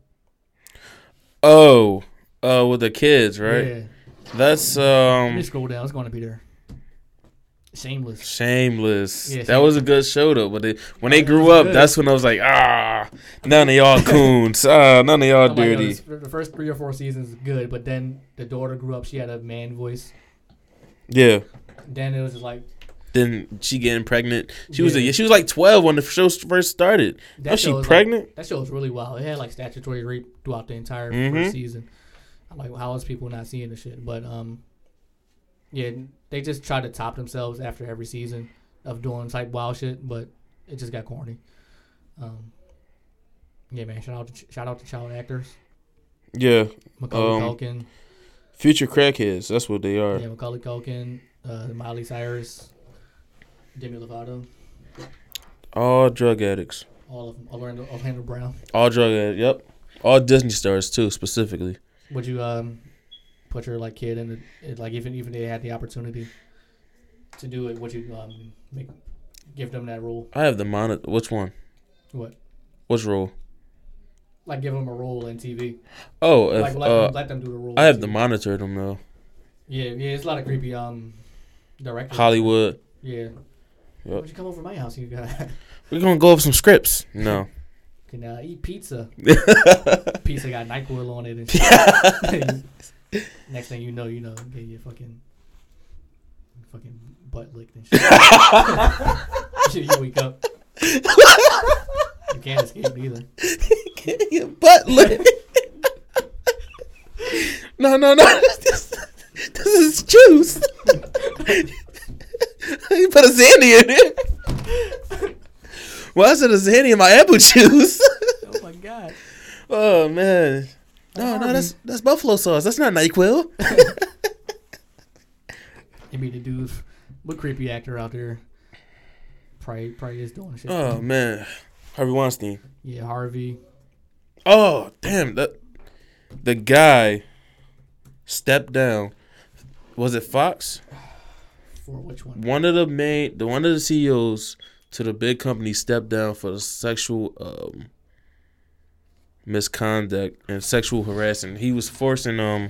Oh, uh, with the kids, right?
Yeah.
That's
Let me
um
scroll down. It's gonna be there. Shameless.
Shameless.
Yeah,
that was a good show though. But they, when
Oh,
they
it
grew
was
up,
good.
that's when I was like, ah, none of y'all coons. Ah, none of y'all
I'm like, yo,
dirty.
this- the first three or four seasons is good, but then the daughter grew up. She had a man voice.
Yeah.
Then it was just like
Then she getting pregnant. She was
Yeah.
a, she was like twelve when the show first started.
that
now she
show is, like-
pregnant.
that show was really wild. It had like statutory rape throughout the entire
Mhm.
first season. I'm like, how is people not seeing this shit? But um, yeah, they just tried to top themselves after every season of doing type wild shit, but it just got corny. Um, yeah, man, shout out to shout out to child actors,
yeah.
Macaulay
Um,
Culkin,
Future crackheads. That's what they are.
yeah, Macaulay Culkin, uh, Miley Cyrus, Demi Lovato.
All drug addicts.
All of them. Orlando, Orlando Brown.
All drug addicts. Yep. All Disney stars too, specifically.
Would you um put your like kid in the, it, like even even if they had the opportunity to do it, would you um, make, give them that rule?
I have the monitor. Which one?
What?
Which rule?
Like give them a rule in TV.
Oh,
Like
if,
let,
uh,
them, let them do the rule.
I have
in
to
TV.
monitor them though.
Yeah, yeah. It's a lot of creepy um directors.
Hollywood.
Yeah. Why don't you come over to my house? You gotta
We're gonna go over some scripts. No.
can uh, eat pizza. pizza got Nyquil on it. And shit. Next thing you know, you know, get your fucking fucking butt licked and shit. you, you wake up. you can't escape either.
Your butt lick. no, no, no. This, this is juice. you put a Xanny in it. Why is it a Xanny in my apple juice?
Oh my god.
oh man. No, no, that's that's buffalo sauce. That's not Nyquil.
It be the dude, what creepy actor out there? Probably, probably is doing shit.
oh man, Harvey Weinstein.
Yeah, Harvey.
Oh damn! That the guy stepped down. Was it Fox?
For which one?
One of the main, the one of the CEOs to the big company stepped down for the sexual um, misconduct and sexual harassment. He was forcing um.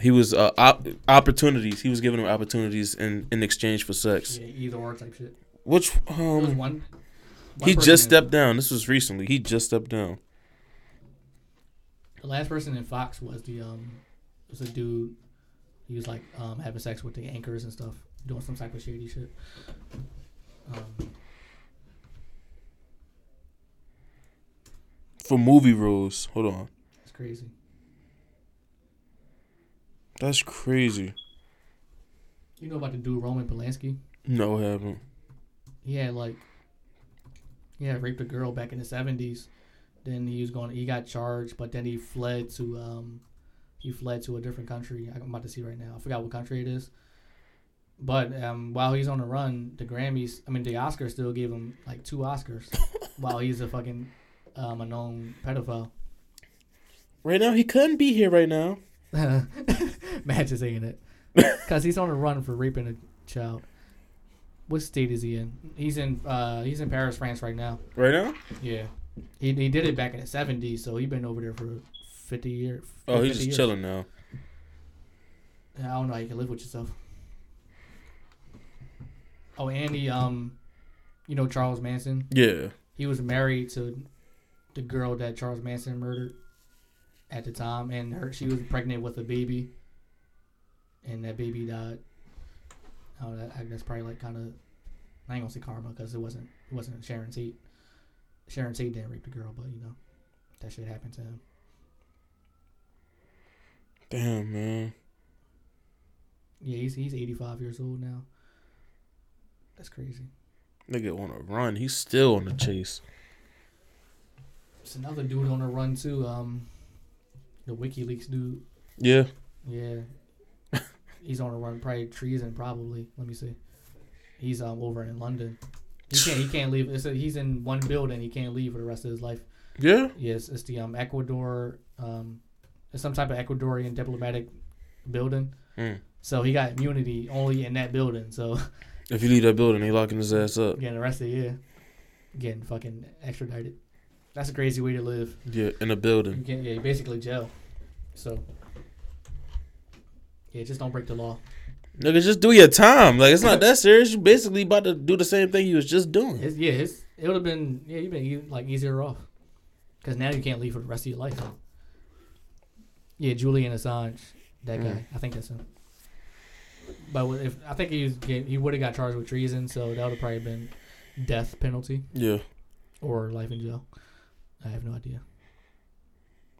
He was uh, op- opportunities. He was giving them opportunities in, in exchange for sex.
Yeah, either or type shit.
Which
It was
um,
one. one
he
person
just
in-
stepped down. This was recently. He just stepped down.
The last person in Fox was the um, was a dude. He was like um having sex with the anchors and stuff, doing some type of shady shit. Um,
for movie rules. Hold on.
it's crazy.
That's crazy.
You know about the dude Roman Polanski?
No, I haven't.
He had like, he had raped a girl back in the seventies. Then he was going. He got charged, but then he fled to um, he fled to a different country. I'm about to see right now. I forgot what country it is. But um, while he's on the run, the Grammys, I mean the Oscars, still gave him like two Oscars. while he's a fucking um, a known pedophile.
Right now, he couldn't be here right now.
Matt just saying it because he's on the run for raping a child. What state is he in? He's in uh, he's in Paris, France right now.
Right now?
Yeah, he, he did it back in the '70s, so he been over there for 50 years.
Oh, he's
50
just
years.
chilling now.
I don't know how you can live with yourself. Oh, Andy, um, you know Charles Manson.
Yeah.
He was married to the girl that Charles Manson murdered at the time, and her she was pregnant with a baby, and that baby died. Oh, that, I guess probably like kind of. I ain't gonna say karma because it wasn't it wasn't Sharon Tate. Sharon Tate didn't rape the girl, but you know that shit happened to him.
Damn, man.
Yeah, he's he's 85 years old now. That's crazy.
Nigga on a run. He's still on the chase.
It's another dude on the run too. Um, the WikiLeaks dude.
Yeah.
Yeah, he's on the run. Probably treason. Probably. Let me see. He's um over in London. He can't. He can't leave. It's a, he's in one building. He can't leave for the rest of his life.
Yeah.
Yes, it's the um Ecuador. Um, it's some type of Ecuadorian diplomatic building.
Mm.
So he got immunity only in that building. So
If you leave that building, they locking his ass up.
getting arrested, yeah, getting fucking extradited. That's a crazy way to live.
Yeah, in a
You
building.
can yeah, you basically jail. So yeah, just don't break the law.
Nigga, just do your time. Like, it's not that serious. You basically about to do the same thing you was just doing.
It's, yeah, it's, it would have been yeah, you've been ea- like easier off because now you can't leave for the rest of your life. Yeah, Julian Assange, that
Mm.
guy. I think that's him. But what if I think he was, get- he would have got charged with treason, so that would have probably been death penalty
Yeah.
or life in jail. I have no idea.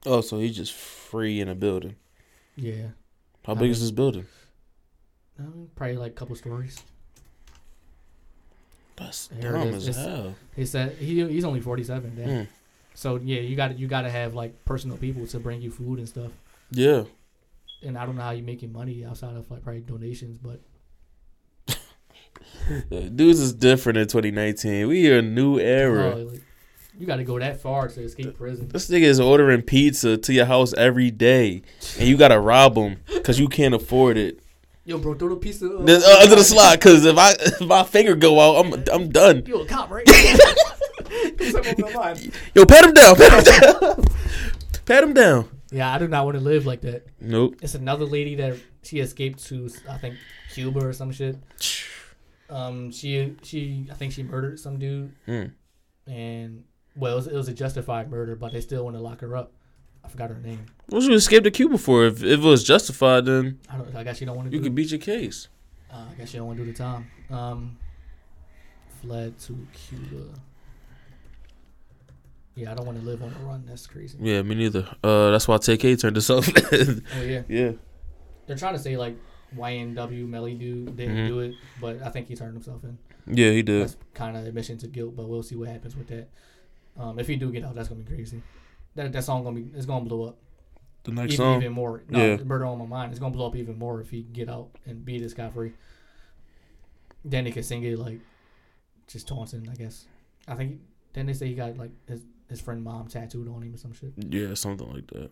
Oh, so he's just free in a building.
Yeah,
How
I
big is
mean-
this building?
um, probably like a couple stories.
That's
There it
dumb
is.
as
It's-
hell.
He said he he's only forty seven. Damn.
Mm.
So yeah, you got to you got to have like personal people to bring you food and stuff.
Yeah.
And I don't know how you making money outside of like probably donations, but
Yeah, Dudes is different in 2019. We are a new era.
Oh, like, you got to go that far to escape prison.
This nigga is ordering pizza to your house every day, and you gotta rob him because you can't afford it.
Yo, bro, throw the piece of, uh,
Then, uh, under the slot, cause if I if my finger go out, I'm I'm done.
You a cop, right?
Yo, pat him down, pat him down, pat him down.
yeah, I do not want to live like that.
Nope.
It's another lady that she escaped to, I think, Cuba or some shit. Um, she she I think she murdered some dude,
Mm.
and well, it was, it was a justified murder, but they still want to lock her up. I forgot her name.
What you escaped to Cuba for? If, if it was justified, then
I don't. I guess she don't want to.
you
do
could beat your case.
Uh, I guess you don't want to do the time. Um, fled to Cuba. Yeah, I don't want to live on the run. That's crazy.
Yeah, me neither. Uh, that's why TK turned this off.
Oh yeah,
yeah.
they're trying to say like YNW Melly dude didn't
Mhm.
do it, but I think he turned himself in.
Yeah, he did.
That's kind of admission to guilt, but we'll see what happens with that. Um, if he do get out, that's gonna be crazy. That that song gonna be it's gonna blow up
The next
even,
song.
even more. No,
Yeah.
murder on my mind. It's gonna blow up even more if he get out and be this guy free. Then they can sing it like just taunting, I guess. I think then they say he got like his his friend mom tattooed on him or some shit.
Yeah, something like that.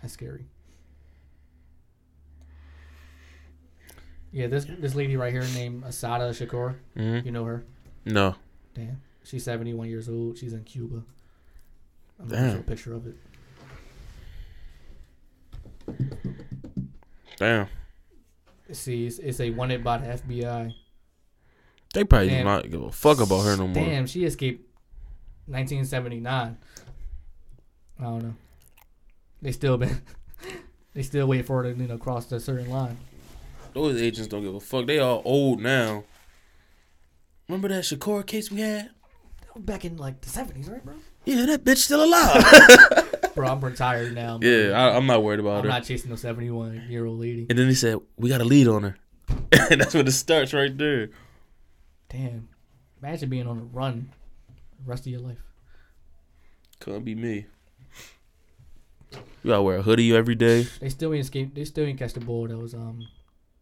That's scary. Yeah, this this lady right here named Asada Shakur.
Mhm.
You know her.
No.
Damn. She's 71 years old. She's in Cuba. I'm going to
Damn.
show a picture of it.
Damn.
See, it's, it's a wanted by the FBI.
They probably do
Damn.
not give a fuck about her no more.
Damn, she escaped 1979. I don't know. They still been. they still wait for her to you know cross a certain line.
Those agents don't give a fuck. They all old now. Remember that Shakur case we had?
Back in like the 70s, right, bro?
Yeah, that bitch still alive.
Bro, I'm retired now.
yeah, I, I'm not worried about
I'm
her.
not chasing no 71 year old lady.
and then he said, "We got a lead on her." and that's where it starts right there.
Damn. Imagine being on the run the rest of your life.
Couldn't be me. You gotta wear a hoodie every day.
They still ain't escape. They still ain't catch the ball that was um,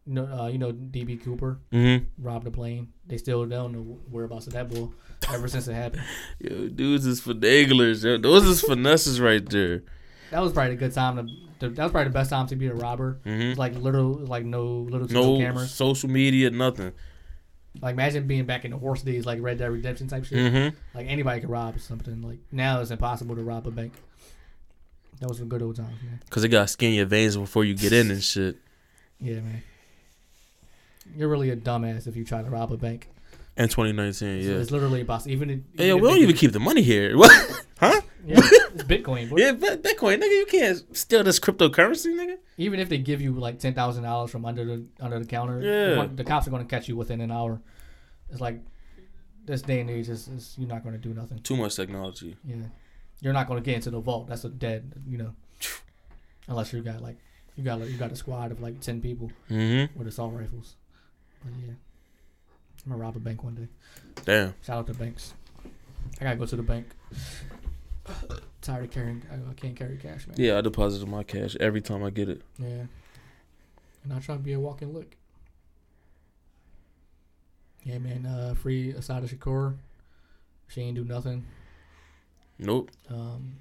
you know, uh, you know DB Cooper
Mm-hmm.
robbed the plane. They still don't know whereabouts of that ball ever since it happened.
Yo, dudes is finaglers. Yo, those is finesses right there.
That was probably a good time to. to that was probably the best time to be a robber.
Mhm.
It's like little, like no little to no
No
cameras.
social media, nothing.
Like imagine being back in the horse days, like Red Dead Redemption type shit.
Mm-hmm.
Like anybody could rob something. Like now it's impossible to rob a bank. That was some good old times, man.
Cause they gotta skin your veins before you get in and shit.
Yeah, man. You're really a dumbass if you try to rob a bank.
In 2019,
It's,
yeah.
it's literally impossible. Even, if-
Hey, yo,
if
we
they
don't
do-
even keep the money here. What? huh?
Yeah, it's Bitcoin. bro.
Yeah, but Bitcoin, nigga, you can't steal this cryptocurrency, nigga.
Even if they give you like ten thousand dollars from under the under the counter, the,
Yeah.
one- the cops are going to catch you within an hour. It's like this day and age is, is you're not going to do nothing.
Too much technology.
Yeah, you're not going to get into the vault. That's a dead, you know, unless you got like you got like, you got a squad of like ten people
Mm-hmm.
with assault rifles. But yeah, I'm gonna rob a bank one day.
Damn.
Shout out to banks. I gotta go to the bank. Tired of carrying. I I can't carry cash, man.
Yeah, I deposited my cash every time I get it.
Yeah. And I try to be a walking lick. Yeah, man. Uh, free Asada Shakur. She ain't do nothing.
Nope.
Um,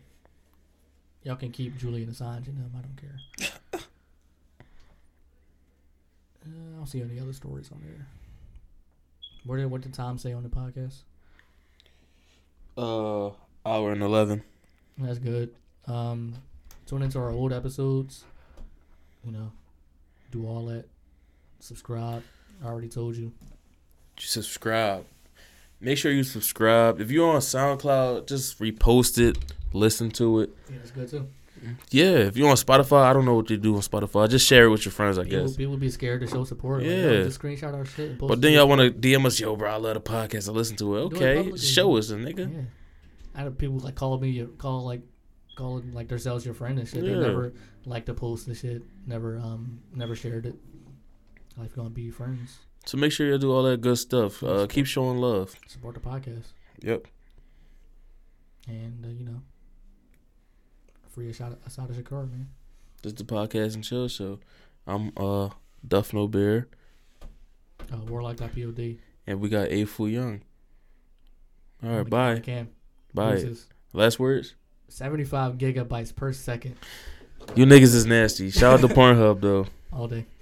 y'all can keep Julian Assange and them. I don't care. uh, I don't see any other stories on there. What did what did Tom say on the podcast?
Uh, hour and eleven.
That's good. Um, tune into our old episodes. You know, do all that. Subscribe. I already told you.
Just subscribe. Make sure you subscribe. If you're on SoundCloud, just repost it. Listen to it.
Yeah, that's good too.
Yeah, if you're on Spotify, I don't know what they do on Spotify. Just share it with your friends, I
People,
guess.
people be scared to show support. Yeah.
Yeah.
just screenshot our shit. And post
But
it
then
to-
y'all want to DM us, yo, bro, I love the podcast. I listen to it.
Do it
Okay,
publicly.
show us, a nigga.
Yeah. I had people like call me, call like, calling like themselves your friend and shit. They
Yeah.
never like to post the shit. Never um never shared it. Like gonna be friends.
So make sure you do all that good stuff. Uh, keep showing love.
Support the podcast
Yep.
and uh, you know, free a shot aside of Shakur man.
This is the podcast and chill show. I'm uh Duff No Bear,
Uh, Warlock.pod.
and we got A Fu Young. All right, bye,
Cam.
bye.
Deuces.
Last words.
Seventy-five gigabytes per second
You niggas is nasty. Shout out to Pornhub though.
all day.